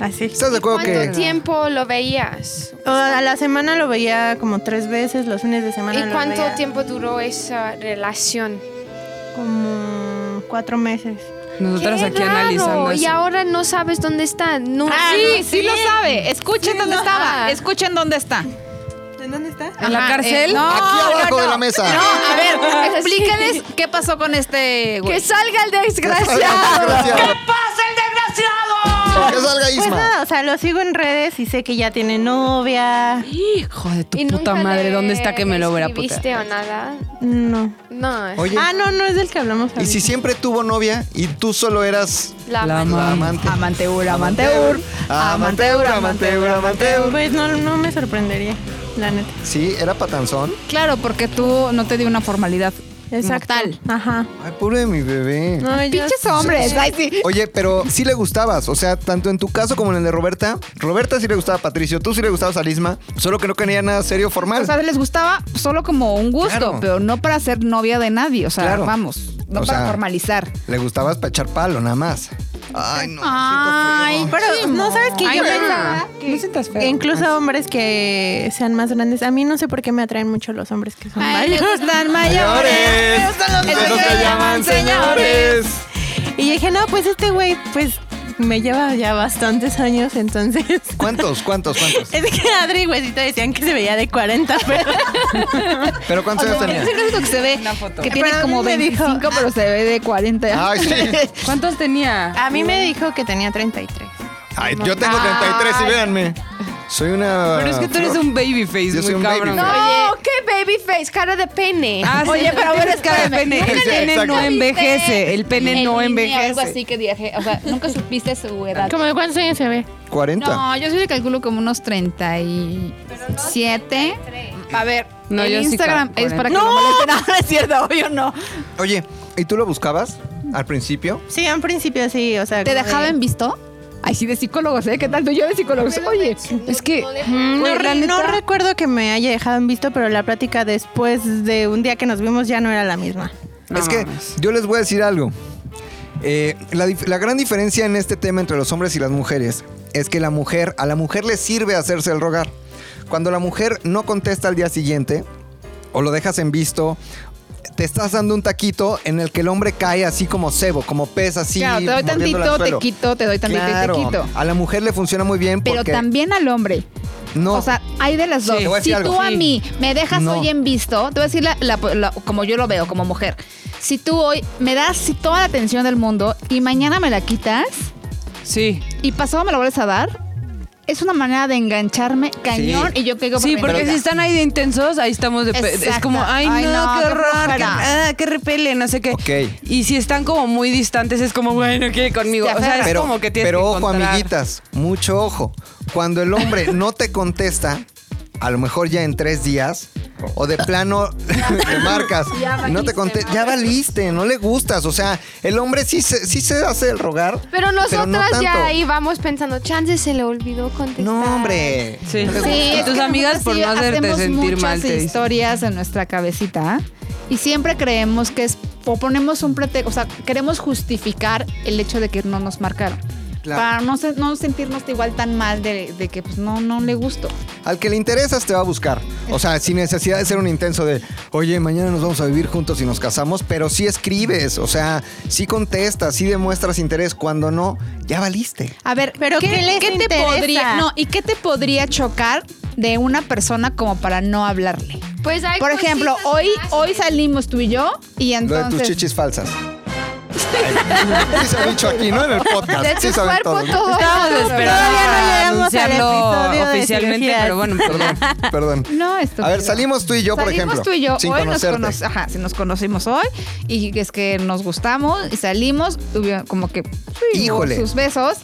[SPEAKER 7] Así.
[SPEAKER 6] ¿Estás de acuerdo
[SPEAKER 3] ¿Cuánto
[SPEAKER 6] que
[SPEAKER 3] tiempo lo veías?
[SPEAKER 7] O a la semana lo veía como tres veces, los fines de semana.
[SPEAKER 3] ¿Y
[SPEAKER 7] lo
[SPEAKER 3] cuánto
[SPEAKER 7] veía
[SPEAKER 3] tiempo duró esa relación?
[SPEAKER 7] Como cuatro meses.
[SPEAKER 8] Nosotras
[SPEAKER 3] Qué
[SPEAKER 8] aquí
[SPEAKER 3] raro,
[SPEAKER 8] analizando
[SPEAKER 3] Y
[SPEAKER 8] eso.
[SPEAKER 3] ahora no sabes dónde está. No,
[SPEAKER 2] Ah, sí, sí lo sabe. Escuchen
[SPEAKER 7] Sí,
[SPEAKER 2] dónde
[SPEAKER 7] no.
[SPEAKER 2] estaba.
[SPEAKER 3] Ah.
[SPEAKER 2] Escuchen dónde está.
[SPEAKER 7] ¿En dónde está?
[SPEAKER 8] ¿En la
[SPEAKER 2] Ajá,
[SPEAKER 8] cárcel?
[SPEAKER 2] eh, no,
[SPEAKER 6] Aquí abajo
[SPEAKER 2] no, no.
[SPEAKER 6] de la mesa.
[SPEAKER 2] No, a ver,
[SPEAKER 3] Sí.
[SPEAKER 2] explícales qué pasó con este güey.
[SPEAKER 3] Que salga el
[SPEAKER 6] Gracias.
[SPEAKER 3] desgraciado.
[SPEAKER 6] Que salga
[SPEAKER 7] Pues
[SPEAKER 6] Isma.
[SPEAKER 7] nada, o sea, lo sigo en redes y sé que ya tiene novia.
[SPEAKER 8] Hijo de tu
[SPEAKER 3] Y
[SPEAKER 8] puta
[SPEAKER 3] nunca
[SPEAKER 8] madre,
[SPEAKER 3] le
[SPEAKER 8] ¿dónde está que me lo voy a putear?
[SPEAKER 3] escribiste o nada?
[SPEAKER 7] No.
[SPEAKER 3] No,
[SPEAKER 6] Oye,
[SPEAKER 7] Ah, no, no es del que hablamos.
[SPEAKER 6] y si
[SPEAKER 7] ahorita.
[SPEAKER 6] siempre tuvo novia y tú solo eras
[SPEAKER 3] la,
[SPEAKER 8] la
[SPEAKER 3] ma-
[SPEAKER 8] ma-
[SPEAKER 6] la amante.
[SPEAKER 2] Amanteur, amanteur.
[SPEAKER 6] Amateur, amateur, amateur.
[SPEAKER 7] Pues no, no me sorprendería, la neta.
[SPEAKER 6] Sí, era patanzón.
[SPEAKER 2] Claro, porque tú no te dio una formalidad.
[SPEAKER 7] Exacto.
[SPEAKER 2] Tal.
[SPEAKER 7] Ajá.
[SPEAKER 6] Ay, pobre de mi bebé.
[SPEAKER 7] No, yo-
[SPEAKER 2] Pinches hombres. Ay, sí.
[SPEAKER 6] Oye, pero sí le gustabas, o sea, tanto en tu caso como en el de Roberta. Roberta sí le gustaba a Patricio, tú sí le gustabas a Lisma, solo que no quería nada serio formal.
[SPEAKER 2] O sea, les gustaba solo como un gusto,
[SPEAKER 6] Claro.
[SPEAKER 2] pero no para ser novia de nadie. O sea,
[SPEAKER 6] Claro.
[SPEAKER 2] vamos, no
[SPEAKER 6] O
[SPEAKER 2] para
[SPEAKER 6] sea,
[SPEAKER 2] formalizar.
[SPEAKER 6] Le gustabas para echar palo, nada más. Ay, no.
[SPEAKER 2] Ay,
[SPEAKER 7] Pero no sabes que
[SPEAKER 2] Ay,
[SPEAKER 7] yo
[SPEAKER 2] no.
[SPEAKER 7] pensaba
[SPEAKER 8] No sientas
[SPEAKER 7] que
[SPEAKER 8] feo.
[SPEAKER 7] incluso hombres que sean más grandes, a mí no sé por qué me atraen mucho los hombres que son
[SPEAKER 2] Ay, le
[SPEAKER 7] mayores.
[SPEAKER 2] gustan mayores.
[SPEAKER 6] Esos se llaman señores.
[SPEAKER 7] Y yo dije, no, pues este güey, pues me lleva ya bastantes años, entonces.
[SPEAKER 6] ¿Cuántos? ¿Cuántos? ¿Cuántos?
[SPEAKER 7] Es que Adri y Huesito decían que se veía de 40, pero.
[SPEAKER 6] ¿Pero cuántos años tenía?
[SPEAKER 2] Es el único que se ve que tiene
[SPEAKER 7] Pero a mí
[SPEAKER 2] como
[SPEAKER 7] me dijo-
[SPEAKER 2] 25, pero se ve de 40.
[SPEAKER 6] Ay, sí.
[SPEAKER 8] ¿Cuántos tenía?
[SPEAKER 7] A mí me dijo que tenía 33.
[SPEAKER 6] Ay, yo tengo 33 y véanme. Soy una.
[SPEAKER 8] Pero es que tú eres
[SPEAKER 6] flor.
[SPEAKER 8] un babyface,
[SPEAKER 6] Yo soy
[SPEAKER 8] muy
[SPEAKER 6] un
[SPEAKER 8] cabrón.
[SPEAKER 6] babyface.
[SPEAKER 3] No, qué baby face, cara de pene.
[SPEAKER 8] Ah, sí.
[SPEAKER 2] Oye, pero bueno,
[SPEAKER 8] Tienes cara de pene.
[SPEAKER 6] Nunca
[SPEAKER 8] El
[SPEAKER 6] Sí,
[SPEAKER 8] pene
[SPEAKER 6] exacto.
[SPEAKER 8] no envejece. El pene no
[SPEAKER 1] Algo
[SPEAKER 8] envejece.
[SPEAKER 1] así que dije, o sea, nunca supiste su edad.
[SPEAKER 7] ¿Cómo de cuántos años se ve?
[SPEAKER 6] 40.
[SPEAKER 2] No, yo sí le calculo como unos 37. A ver,
[SPEAKER 8] No,
[SPEAKER 2] el
[SPEAKER 8] yo sí
[SPEAKER 2] Instagram
[SPEAKER 8] cal-
[SPEAKER 2] es para que
[SPEAKER 8] cuarenta.
[SPEAKER 2] no molesten. No,
[SPEAKER 7] Ah,
[SPEAKER 2] no es cierto, obvio no.
[SPEAKER 6] Oye, ¿y tú lo buscabas al principio?
[SPEAKER 7] Sí, en principio sí, o sea.
[SPEAKER 2] ¿Te
[SPEAKER 7] como
[SPEAKER 2] dejaba
[SPEAKER 7] de-
[SPEAKER 2] en visto? Ay, sí, de psicólogos, ¿eh? ¿Qué tal? Yo de psicólogos. Oye, es que...
[SPEAKER 7] Mm,
[SPEAKER 2] Güey,
[SPEAKER 7] No,
[SPEAKER 2] la
[SPEAKER 7] re- no
[SPEAKER 2] neta-
[SPEAKER 7] recuerdo que me haya dejado en visto, pero la plática después de un día que nos vimos ya no era la misma.
[SPEAKER 8] No
[SPEAKER 6] es que
[SPEAKER 8] mames.
[SPEAKER 6] yo les voy a decir algo. Eh, la, dif- la gran diferencia en este tema entre los hombres y las mujeres es que la mujer, a la mujer le sirve hacerse el rogar. Cuando la mujer no contesta al día siguiente, o lo dejas en visto, te estás dando un taquito en el que el hombre cae así como cebo, como pez así.
[SPEAKER 2] claro, te doy
[SPEAKER 6] mordiéndole al
[SPEAKER 2] tantito, te
[SPEAKER 6] suelo.
[SPEAKER 2] quito, te doy tantito
[SPEAKER 6] Claro,
[SPEAKER 2] y te quito.
[SPEAKER 6] A la mujer le funciona muy bien
[SPEAKER 2] Pero
[SPEAKER 6] porque
[SPEAKER 2] también al hombre.
[SPEAKER 6] no.
[SPEAKER 2] O sea, hay de las
[SPEAKER 8] Sí.
[SPEAKER 2] dos.
[SPEAKER 6] Te voy a
[SPEAKER 2] Si
[SPEAKER 6] decir algo.
[SPEAKER 2] tú a
[SPEAKER 8] Sí.
[SPEAKER 2] mí me dejas
[SPEAKER 6] No.
[SPEAKER 2] hoy en visto, te voy a decir la- la- la- como yo lo veo, como mujer. Si tú hoy me das sí, toda la atención del mundo y mañana me la quitas
[SPEAKER 8] Sí.
[SPEAKER 2] y pasado me la vuelves a dar, es una manera de engancharme cañón y yo caigo por
[SPEAKER 8] Sí,
[SPEAKER 2] mi
[SPEAKER 8] porque
[SPEAKER 2] cuenta.
[SPEAKER 8] si están ahí de intensos, ahí estamos de... pe- Es
[SPEAKER 2] Exacto.
[SPEAKER 8] como, ay,
[SPEAKER 2] Ay,
[SPEAKER 8] no,
[SPEAKER 2] no,
[SPEAKER 8] qué
[SPEAKER 2] qué
[SPEAKER 8] horror,
[SPEAKER 2] flojera.
[SPEAKER 8] que, ah, qué repele, no sé qué.
[SPEAKER 6] Ok.
[SPEAKER 8] Y si están como muy distantes, es como, bueno, no quiere conmigo. O sea, es
[SPEAKER 6] pero,
[SPEAKER 8] como que tienes
[SPEAKER 6] pero
[SPEAKER 8] que
[SPEAKER 6] ojo,
[SPEAKER 8] encontrar-
[SPEAKER 6] amiguitas, mucho ojo. Cuando el hombre no te contesta, a lo mejor ya en tres días, o de plano te marcas, no te contesta, ya valiste, no le gustas. O sea, el hombre sí se, sí se hace el rogar.
[SPEAKER 3] Pero
[SPEAKER 6] no
[SPEAKER 3] nosotras
[SPEAKER 6] tanto.
[SPEAKER 3] ya ahí vamos pensando, chance se le olvidó contestar.
[SPEAKER 6] No, hombre.
[SPEAKER 8] Sí.
[SPEAKER 6] No le
[SPEAKER 2] Sí,
[SPEAKER 6] gusta.
[SPEAKER 2] es
[SPEAKER 8] Tus
[SPEAKER 2] que
[SPEAKER 8] amigas por
[SPEAKER 2] nosotros
[SPEAKER 8] no
[SPEAKER 2] sí
[SPEAKER 8] hacerte
[SPEAKER 2] hacemos
[SPEAKER 8] sentir mal
[SPEAKER 2] muchas
[SPEAKER 8] te dicen.
[SPEAKER 2] historias en nuestra cabecita y siempre creemos que es o ponemos un pretexto, o sea, queremos justificar el hecho de que no nos marcaron.
[SPEAKER 6] Claro.
[SPEAKER 2] Para no, se- no sentirnos igual tan mal de, de que pues no, no le gusto.
[SPEAKER 6] Al que le interesas te va a buscar. O sea, sin necesidad de ser un intenso de, oye, mañana nos vamos a vivir juntos y nos casamos, pero sí escribes, o sea, sí contestas, sí demuestras interés. Cuando no, ya valiste.
[SPEAKER 2] A ver,
[SPEAKER 7] ¿Pero qué les
[SPEAKER 2] te
[SPEAKER 7] interesa?
[SPEAKER 2] podría, no, ¿y qué te podría chocar de una persona como para no hablarle?
[SPEAKER 3] Pues hay
[SPEAKER 2] Por ejemplo,
[SPEAKER 3] cositas
[SPEAKER 2] hoy,
[SPEAKER 3] que
[SPEAKER 2] hoy
[SPEAKER 3] hacen.
[SPEAKER 2] salimos tú y yo y
[SPEAKER 6] Lo de tus
[SPEAKER 2] entonces
[SPEAKER 6] chichis falsas. Sí se ha dicho aquí, ¿no? En el podcast.
[SPEAKER 3] De
[SPEAKER 6] sí
[SPEAKER 3] tu
[SPEAKER 6] saben
[SPEAKER 3] cuerpo
[SPEAKER 6] todos, ¿no?
[SPEAKER 3] todo.
[SPEAKER 8] Estábamos esperando
[SPEAKER 7] Todavía no
[SPEAKER 8] a
[SPEAKER 7] llegamos al episodio
[SPEAKER 8] anunciarlo
[SPEAKER 7] de
[SPEAKER 8] oficialmente,
[SPEAKER 7] cirugías.
[SPEAKER 8] pero bueno, perdón.
[SPEAKER 6] Perdón.
[SPEAKER 2] No, esto.
[SPEAKER 6] A ver, salimos tú y yo, por
[SPEAKER 2] Salimos
[SPEAKER 6] ejemplo.
[SPEAKER 2] tú y yo
[SPEAKER 6] Sin
[SPEAKER 2] hoy
[SPEAKER 6] conocerte.
[SPEAKER 2] nos cono- ajá, sí, nos conocimos hoy y es que nos gustamos y salimos, hubo como que sí, hubo
[SPEAKER 6] Híjole.
[SPEAKER 2] sus besos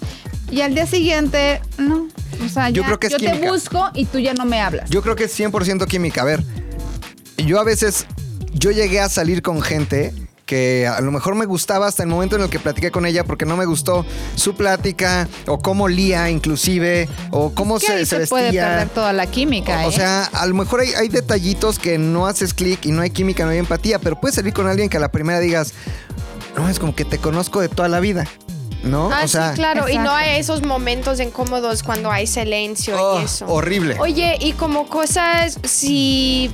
[SPEAKER 2] y al día siguiente no, o sea,
[SPEAKER 6] Yo
[SPEAKER 2] ya,
[SPEAKER 6] creo que es
[SPEAKER 2] yo te
[SPEAKER 6] química.
[SPEAKER 2] busco y tú ya no me hablas.
[SPEAKER 6] Yo creo que es 100% química. A ver, yo a veces, yo llegué a salir con gente que a lo mejor me gustaba hasta el momento en el que platiqué con ella porque no me gustó su plática o cómo olía inclusive o cómo
[SPEAKER 2] Que
[SPEAKER 6] se,
[SPEAKER 2] ahí
[SPEAKER 6] se
[SPEAKER 2] se, puede
[SPEAKER 6] vestía.
[SPEAKER 2] perder toda la química.
[SPEAKER 6] O
[SPEAKER 2] ¿eh?
[SPEAKER 6] sea, a lo mejor hay, hay detallitos que no haces clic y no hay química, no hay empatía, pero puedes salir con alguien que a la primera digas, no, es como que te conozco de toda la vida, ¿no?
[SPEAKER 3] Ah,
[SPEAKER 6] o sea,
[SPEAKER 3] sí, claro. Y
[SPEAKER 2] Exacto.
[SPEAKER 3] no hay esos momentos incómodos cuando hay silencio
[SPEAKER 6] oh,
[SPEAKER 3] y eso.
[SPEAKER 6] horrible.
[SPEAKER 3] Oye, y como cosas, si,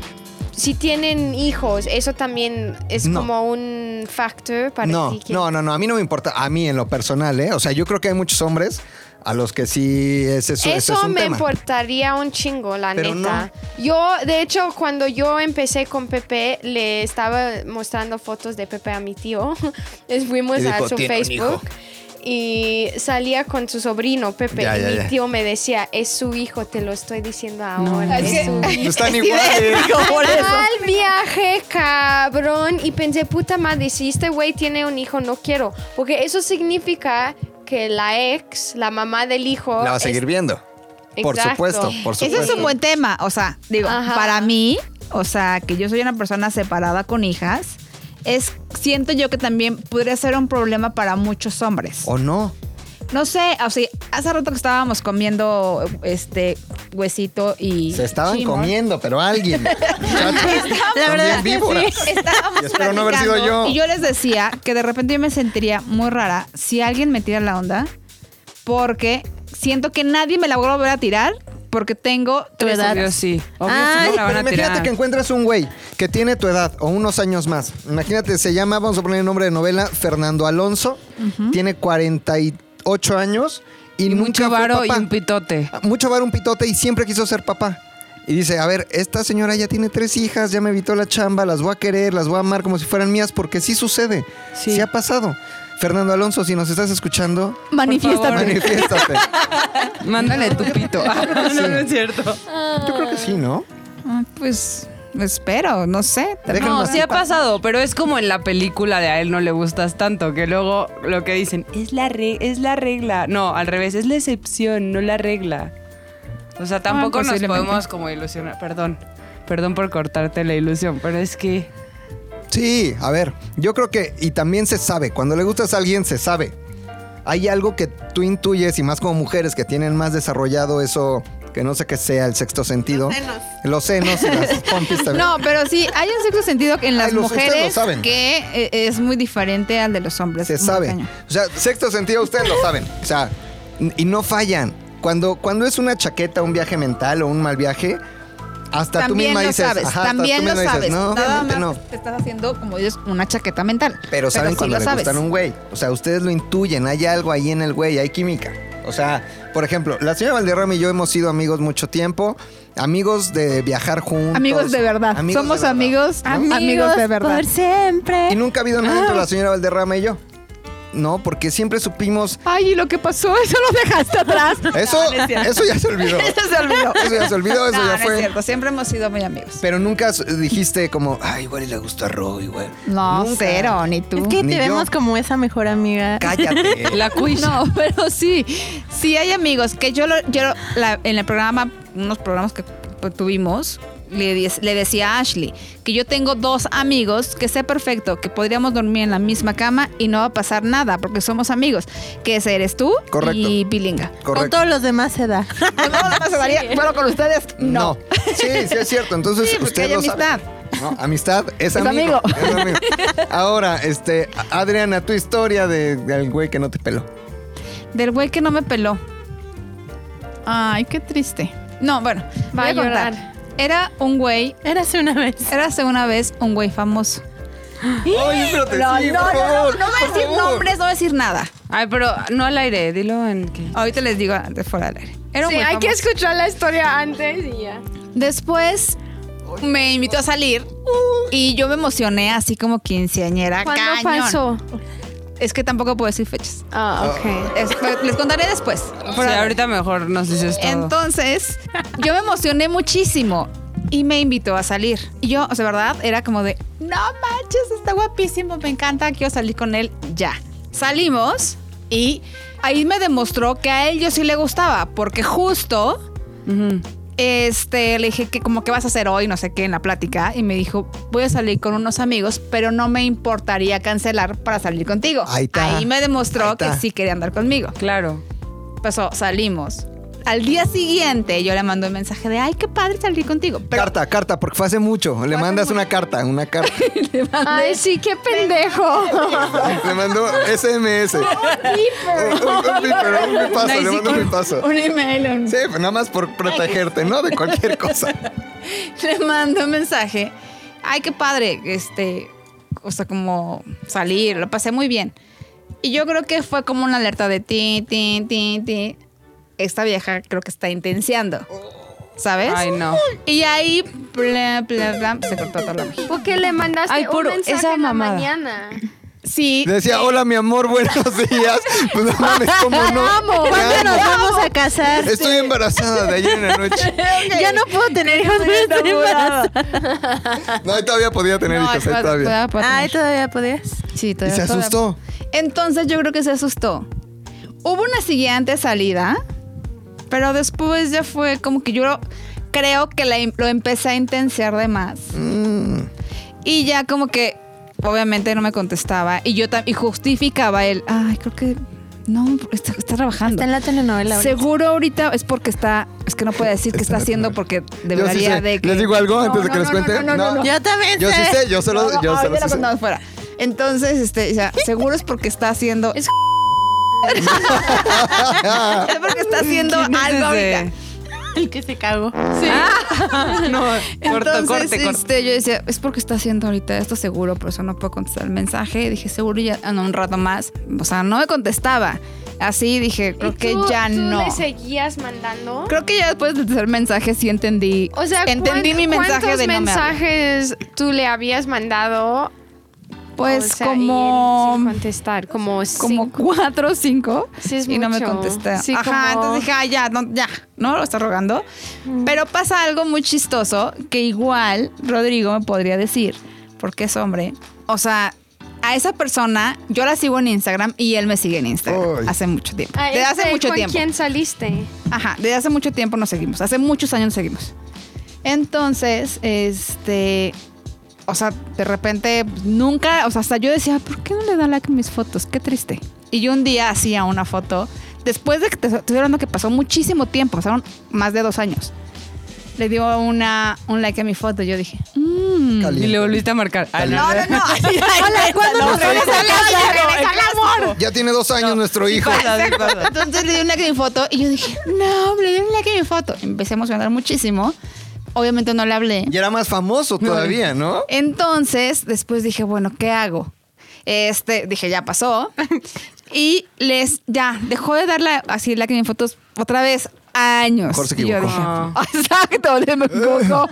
[SPEAKER 3] si tienen hijos, eso también es
[SPEAKER 6] No.
[SPEAKER 3] como un factor para
[SPEAKER 6] No,
[SPEAKER 3] ti. que-
[SPEAKER 6] no, no, no, a mí no me importa, a mí en lo personal, ¿eh? O sea, yo creo que hay muchos hombres a los que sí ese, es- ese
[SPEAKER 3] Eso
[SPEAKER 6] es un
[SPEAKER 3] me
[SPEAKER 6] tema.
[SPEAKER 3] importaría un chingo, la
[SPEAKER 6] Pero
[SPEAKER 3] neta. Yo, de hecho, cuando yo empecé con Pepe, le estaba mostrando fotos de Pepe a mi tío. Les fuimos
[SPEAKER 6] Y dijo,
[SPEAKER 3] a su
[SPEAKER 6] "Tiene un hijo".
[SPEAKER 3] Facebook. Y salía con su sobrino, Pepe.
[SPEAKER 6] Ya,
[SPEAKER 3] y
[SPEAKER 6] ya,
[SPEAKER 3] mi
[SPEAKER 6] ya.
[SPEAKER 3] tío me decía, es su hijo, te lo estoy diciendo
[SPEAKER 8] No,
[SPEAKER 3] ahora.
[SPEAKER 8] no,
[SPEAKER 3] es
[SPEAKER 8] no.
[SPEAKER 3] su
[SPEAKER 6] Pues Están iguales.
[SPEAKER 3] Mal viaje, cabrón. Y pensé, puta madre, si este güey tiene un hijo, no quiero. Porque eso significa que la ex, la mamá del hijo.
[SPEAKER 6] La va a
[SPEAKER 3] es-
[SPEAKER 6] seguir viendo. Por
[SPEAKER 3] Exacto.
[SPEAKER 6] supuesto, por
[SPEAKER 2] Ese
[SPEAKER 6] supuesto.
[SPEAKER 2] es un buen tema. O sea, digo,
[SPEAKER 3] Ajá.
[SPEAKER 2] para mí, o sea, que yo soy una persona separada con hijas, es siento yo que también podría ser un problema para muchos hombres.
[SPEAKER 6] ¿O no?
[SPEAKER 2] No sé, o sea, hace rato que estábamos comiendo este huesito y
[SPEAKER 6] Se estaban
[SPEAKER 2] chimol.
[SPEAKER 6] comiendo, pero alguien. Muchachos,
[SPEAKER 7] La
[SPEAKER 6] son
[SPEAKER 7] verdad
[SPEAKER 6] bien víboras.
[SPEAKER 2] Estábamos
[SPEAKER 6] Y espero no haber sido
[SPEAKER 2] platicando
[SPEAKER 6] yo.
[SPEAKER 2] Y yo les decía que de repente yo me sentiría muy rara si alguien me tira la onda, porque siento que nadie me la va a volver a tirar, porque tengo
[SPEAKER 7] Tu
[SPEAKER 2] tres
[SPEAKER 7] edad.
[SPEAKER 8] Obvio sí. Obvio sí,
[SPEAKER 7] Ay,
[SPEAKER 8] no la
[SPEAKER 6] Pero
[SPEAKER 8] van a
[SPEAKER 6] imagínate
[SPEAKER 8] tirar.
[SPEAKER 6] que encuentras un güey que tiene tu edad o unos años más. Imagínate, se llama, vamos a poner el nombre de novela, Fernando Alonso. Tiene 48 años y,
[SPEAKER 8] Y
[SPEAKER 6] nunca
[SPEAKER 8] mucho
[SPEAKER 6] fue
[SPEAKER 8] varo y
[SPEAKER 6] papá. Ah.
[SPEAKER 8] un pitote.
[SPEAKER 6] Mucho varo, un pitote y siempre quiso ser papá. Y dice, a ver, esta señora ya tiene tres hijas, ya me evitó la chamba, las voy a querer, las voy a amar como si fueran mías, porque sí sucede,
[SPEAKER 8] Sí.
[SPEAKER 6] sí ha pasado. Fernando Alonso, si nos estás escuchando,
[SPEAKER 8] Manifiéstate.
[SPEAKER 6] manifiéstate.
[SPEAKER 8] Mándale tu pito. Ah, no, no, no es cierto.
[SPEAKER 6] Yo creo que sí, ¿no?
[SPEAKER 2] Ah, Pues espero, no sé.
[SPEAKER 6] Déjame
[SPEAKER 8] No,
[SPEAKER 6] más
[SPEAKER 8] sí
[SPEAKER 6] en
[SPEAKER 8] ha
[SPEAKER 6] paz.
[SPEAKER 8] pasado, pero es como en la película de a él no le gustas tanto, que luego lo que dicen es la, re- es la regla. No, al revés, es la excepción, no la regla. O sea, tampoco nos
[SPEAKER 2] posiblemente.
[SPEAKER 8] podemos como ilusionar. Perdón, perdón por cortarte la ilusión, pero es que...
[SPEAKER 6] Sí, a ver, yo creo que, y también se sabe, cuando le gustas a alguien se sabe. Hay algo que tú intuyes, y más como mujeres que tienen más desarrollado eso, que no sé qué sea, el sexto sentido. Los senos. Los senos y las pompis también.
[SPEAKER 2] No, pero sí, hay un cierto sentido que en las
[SPEAKER 6] Ay, los- ustedes lo
[SPEAKER 2] mujeres
[SPEAKER 6] saben.
[SPEAKER 2] que eh, es muy diferente al de los hombres.
[SPEAKER 6] Se
[SPEAKER 2] Muy
[SPEAKER 6] sabe.
[SPEAKER 2] cañón.
[SPEAKER 6] O sea, sexto sentido ustedes lo saben. O sea, n- y no fallan. Cuando, cuando es una chaqueta, un viaje mental o un mal viaje, hasta tú
[SPEAKER 2] También
[SPEAKER 6] misma
[SPEAKER 2] lo
[SPEAKER 6] dices,
[SPEAKER 2] sabes,
[SPEAKER 6] ajá, hasta tú
[SPEAKER 2] también lo
[SPEAKER 6] misma
[SPEAKER 2] sabes.
[SPEAKER 6] dices, no,
[SPEAKER 2] Nada
[SPEAKER 6] obviamente
[SPEAKER 2] más
[SPEAKER 6] no.
[SPEAKER 2] te estás haciendo, como dices, una chaqueta mental.
[SPEAKER 6] Pero saben
[SPEAKER 2] sí
[SPEAKER 6] cuando
[SPEAKER 2] lo
[SPEAKER 6] le
[SPEAKER 2] sabes.
[SPEAKER 6] gustan a un güey. O sea, ustedes lo intuyen, hay algo ahí en el güey, hay química. O sea, por ejemplo, la señora Valderrama y yo hemos sido amigos mucho tiempo, amigos de viajar juntos.
[SPEAKER 2] Amigos de verdad.
[SPEAKER 6] amigos
[SPEAKER 2] Somos
[SPEAKER 6] de verdad,
[SPEAKER 2] amigos,
[SPEAKER 6] ¿no?
[SPEAKER 2] amigos, de verdad.
[SPEAKER 7] Por siempre.
[SPEAKER 6] Y nunca ha habido nada
[SPEAKER 2] Ah.
[SPEAKER 6] entre la señora Valderrama y yo. No, porque siempre supimos.
[SPEAKER 2] Ay, ¿y lo que pasó? Eso lo dejaste atrás.
[SPEAKER 6] Eso, eso ya se olvidó.
[SPEAKER 2] Eso se olvidó.
[SPEAKER 6] Eso ya se olvidó, eso
[SPEAKER 2] no,
[SPEAKER 6] Pues ya
[SPEAKER 2] no
[SPEAKER 6] fue.
[SPEAKER 2] es cierto. Siempre hemos sido muy amigos.
[SPEAKER 6] Pero nunca s- dijiste como, ay, igual y le gustó a Roy, güey.
[SPEAKER 2] No,
[SPEAKER 6] Nunca.
[SPEAKER 2] cero, ni tú.
[SPEAKER 7] Es que
[SPEAKER 6] Ni
[SPEAKER 7] te
[SPEAKER 6] yo.
[SPEAKER 7] vemos como esa mejor amiga.
[SPEAKER 6] Cállate.
[SPEAKER 8] La cuish.
[SPEAKER 2] No, pero sí, sí hay amigos que yo, lo, yo lo- la- en el programa, unos programas que pues, tuvimos, le, de- le decía a Ashley que yo tengo dos amigos que sé perfecto que podríamos dormir en la misma cama y no va a pasar nada porque somos amigos, que ese eres tú
[SPEAKER 6] Correcto.
[SPEAKER 2] y Pilinga.
[SPEAKER 7] Con
[SPEAKER 6] Correcto.
[SPEAKER 7] todos los demás se da.
[SPEAKER 2] Con todos los demás se daría, pero con ustedes no.
[SPEAKER 6] Sí, sí es cierto. Entonces,
[SPEAKER 2] Sí, porque
[SPEAKER 6] usted
[SPEAKER 2] hay
[SPEAKER 6] lo sabe.
[SPEAKER 2] amistad.
[SPEAKER 6] No, amistad es amigo. es amigo. Ahora, este, Adriana, tu historia de- del güey que no te peló.
[SPEAKER 2] Del güey que no me peló. Ay, qué triste. No, bueno,
[SPEAKER 3] Va
[SPEAKER 2] voy a
[SPEAKER 3] a llorar.
[SPEAKER 2] contar. Era un güey,
[SPEAKER 7] Érase una vez.
[SPEAKER 2] érase una vez un güey famoso.
[SPEAKER 6] Ay, pero te
[SPEAKER 2] No,
[SPEAKER 6] sí,
[SPEAKER 2] no,
[SPEAKER 6] por
[SPEAKER 2] no, no,
[SPEAKER 6] favor,
[SPEAKER 2] no voy a
[SPEAKER 6] Oh, por
[SPEAKER 2] decir
[SPEAKER 6] favor.
[SPEAKER 2] nombres, no voy a decir nada.
[SPEAKER 8] Ay, pero no al aire, dilo en que...
[SPEAKER 2] Ahorita les digo de fuera del aire. Era un
[SPEAKER 3] Sí,
[SPEAKER 6] pues
[SPEAKER 2] güey
[SPEAKER 3] hay que
[SPEAKER 2] famoso.
[SPEAKER 3] escuchar la historia antes y ya.
[SPEAKER 2] Después me invitó a salir y yo me emocioné así como quinceañera.
[SPEAKER 3] ¿Cuándo
[SPEAKER 2] cañón.
[SPEAKER 3] pasó?
[SPEAKER 2] Es que tampoco puedo decir fechas.
[SPEAKER 3] Ah, ok.
[SPEAKER 2] Es- pues, les contaré después.
[SPEAKER 8] Sí, ahorita mejor nos dices todo.
[SPEAKER 2] Entonces, yo me emocioné muchísimo y me invitó a salir. Y yo, o sea, verdad, era como de, no manches, está guapísimo, me encanta, quiero salir con él ya. Salimos y ahí me demostró que a él yo sí le gustaba, porque justo
[SPEAKER 8] Ujú.
[SPEAKER 2] este, le dije que como que vas a hacer hoy, no sé qué, en la plática. Y me dijo, voy a salir con unos amigos, pero no me importaría cancelar para salir contigo.
[SPEAKER 6] Ahí está.
[SPEAKER 2] me demostró
[SPEAKER 6] Ahí está.
[SPEAKER 2] que sí quería andar conmigo.
[SPEAKER 8] Claro.
[SPEAKER 2] Pasó, salimos. Al día siguiente yo le mando un mensaje de, ay, qué padre salir contigo. Pero
[SPEAKER 6] carta, carta, porque fue hace mucho. Le mandas una carta, una carta. ah.
[SPEAKER 3] Ay, sí, qué pendejo.
[SPEAKER 6] Le mandó SMS. un un beeper, un paso, le mando mi paso.
[SPEAKER 2] un email, un-
[SPEAKER 6] Sí, pues nada más por protegerte, ¿no? De cualquier cosa.
[SPEAKER 2] le mando un mensaje. Ay, qué padre, este, o sea, como salir, lo pasé muy bien. Y yo creo que fue como una alerta de ti, ti, ti, ti. Esta vieja creo que está intenciando. ¿Sabes?
[SPEAKER 8] Ay, no.
[SPEAKER 2] Y ahí, bla, bla, bla, se cortó todo la magia.
[SPEAKER 3] ¿Por qué le mandaste
[SPEAKER 8] Ay, por
[SPEAKER 3] un mensaje
[SPEAKER 8] esa
[SPEAKER 3] en la
[SPEAKER 8] mamada.
[SPEAKER 3] mañana?
[SPEAKER 2] Sí.
[SPEAKER 6] Decía, hola, mi amor, buenos días. Pues no mames, ¿cómo no?
[SPEAKER 7] Amo.
[SPEAKER 6] Te
[SPEAKER 7] ¿Cuándo nos
[SPEAKER 6] amo.
[SPEAKER 7] vamos a casar?
[SPEAKER 6] Estoy embarazada de ayer en la noche.
[SPEAKER 7] Ya no puedo tener hijos, pero estoy embarazada.
[SPEAKER 6] No, ahí todavía podía tener
[SPEAKER 2] No,
[SPEAKER 6] hijos, ahí
[SPEAKER 2] puede-
[SPEAKER 6] todavía.
[SPEAKER 2] puede- puede
[SPEAKER 7] Ay,
[SPEAKER 2] tener.
[SPEAKER 7] todavía podías.
[SPEAKER 2] Sí,
[SPEAKER 6] Y se
[SPEAKER 2] todavía- todavía-
[SPEAKER 6] asustó.
[SPEAKER 2] Entonces yo creo que se asustó. Hubo una siguiente salida, pero después ya fue como que yo creo que la- em, lo empecé a intensiar de más.
[SPEAKER 6] Mm.
[SPEAKER 2] Y ya como que obviamente no me contestaba y yo tam- y justificaba él, ay, creo que no, está, está trabajando.
[SPEAKER 7] Está en la telenovela. ahorita.
[SPEAKER 2] Seguro ahorita es porque está, es que no puede decir que está haciendo porque
[SPEAKER 6] Yo sí
[SPEAKER 2] debería
[SPEAKER 6] sé.
[SPEAKER 2] de que
[SPEAKER 6] ¿Les digo algo antes de que
[SPEAKER 2] no,
[SPEAKER 6] les
[SPEAKER 2] no, no,
[SPEAKER 6] cuente?
[SPEAKER 2] no, no, no.
[SPEAKER 7] Yo también
[SPEAKER 6] Yo sí
[SPEAKER 7] sé.
[SPEAKER 6] sé, yo se lo, yo
[SPEAKER 2] No,
[SPEAKER 6] se lo
[SPEAKER 2] ahorita lo
[SPEAKER 6] sí sé.
[SPEAKER 2] contamos fuera. Entonces, este, ya, seguro es porque está haciendo. Es, porque está haciendo
[SPEAKER 8] ¿Quién es
[SPEAKER 2] algo
[SPEAKER 8] ese?
[SPEAKER 2] ahorita.
[SPEAKER 7] El que se cagó. Ah,
[SPEAKER 8] No, corto,
[SPEAKER 2] Entonces,
[SPEAKER 8] corte, corte.
[SPEAKER 2] este, yo decía, es porque está haciendo ahorita esto seguro, por eso no puedo contestar el mensaje. Dije, seguro ya en un rato más. O sea, no me contestaba. Así dije, creo
[SPEAKER 3] ¿Y
[SPEAKER 2] que
[SPEAKER 3] tú-
[SPEAKER 2] ya
[SPEAKER 3] tú
[SPEAKER 2] no.
[SPEAKER 3] le seguías mandando?
[SPEAKER 2] Creo que ya después del tercer mensaje sí entendí.
[SPEAKER 3] O sea,
[SPEAKER 2] entendí
[SPEAKER 3] ¿cuán-
[SPEAKER 2] mi mensaje
[SPEAKER 3] ¿cuántos
[SPEAKER 2] de no me hables.
[SPEAKER 3] mensajes tú le habías mandado?
[SPEAKER 2] Pues
[SPEAKER 3] O sea, y él
[SPEAKER 2] como
[SPEAKER 3] sin contestar, como
[SPEAKER 2] como
[SPEAKER 3] cinco.
[SPEAKER 2] cuatro o cinco
[SPEAKER 3] Sí, es
[SPEAKER 2] y no me
[SPEAKER 3] mucho.
[SPEAKER 2] contesta.
[SPEAKER 3] Sí,
[SPEAKER 2] Ajá,
[SPEAKER 3] como-
[SPEAKER 2] entonces dije, ah, ya, no, ya, no lo está rogando. Pero pasa algo muy chistoso que igual Rodrigo me podría decir, porque es hombre. O sea, a esa persona yo la sigo en Instagram y él me sigue en Instagram
[SPEAKER 6] Ay.
[SPEAKER 2] hace mucho tiempo.
[SPEAKER 3] Ah,
[SPEAKER 2] Desde hace
[SPEAKER 3] este,
[SPEAKER 2] mucho
[SPEAKER 3] ¿Con
[SPEAKER 2] tiempo.
[SPEAKER 3] quién saliste?
[SPEAKER 2] Ajá, desde hace mucho tiempo nos seguimos. Hace muchos años nos seguimos. Entonces, este. O sea, de repente pues, nunca. O sea, hasta yo decía, ¿por qué no le da like a mis fotos? Qué triste. Y yo un día hacía una foto. Después de que te te estoy hablando que pasó muchísimo tiempo, pasaron más de dos años. Le dio una, un like a mi foto. Yo dije, "Mm".
[SPEAKER 6] Caliente.
[SPEAKER 8] Y le volviste a marcar. Ay,
[SPEAKER 6] Caliente.
[SPEAKER 2] No, no, no. Hola, ¿cuándo nos vamos a
[SPEAKER 6] Ya tiene dos años nuestro hijo.
[SPEAKER 8] pasa, sí pasa.
[SPEAKER 2] Entonces le di un like a mi foto y yo dije, no, le di un like a mi foto. Empecé a emocionar muchísimo. Obviamente no le hablé.
[SPEAKER 6] Y era más famoso todavía, ¿no?
[SPEAKER 2] eh, Entonces, después dije, bueno, ¿qué hago? Este, dije, ya pasó. Y les, ya, dejó de darle así like a mis fotos otra vez años.
[SPEAKER 6] Mejor se
[SPEAKER 2] Y yo
[SPEAKER 6] equivocó.
[SPEAKER 2] dije, Exacto, le me equivocó.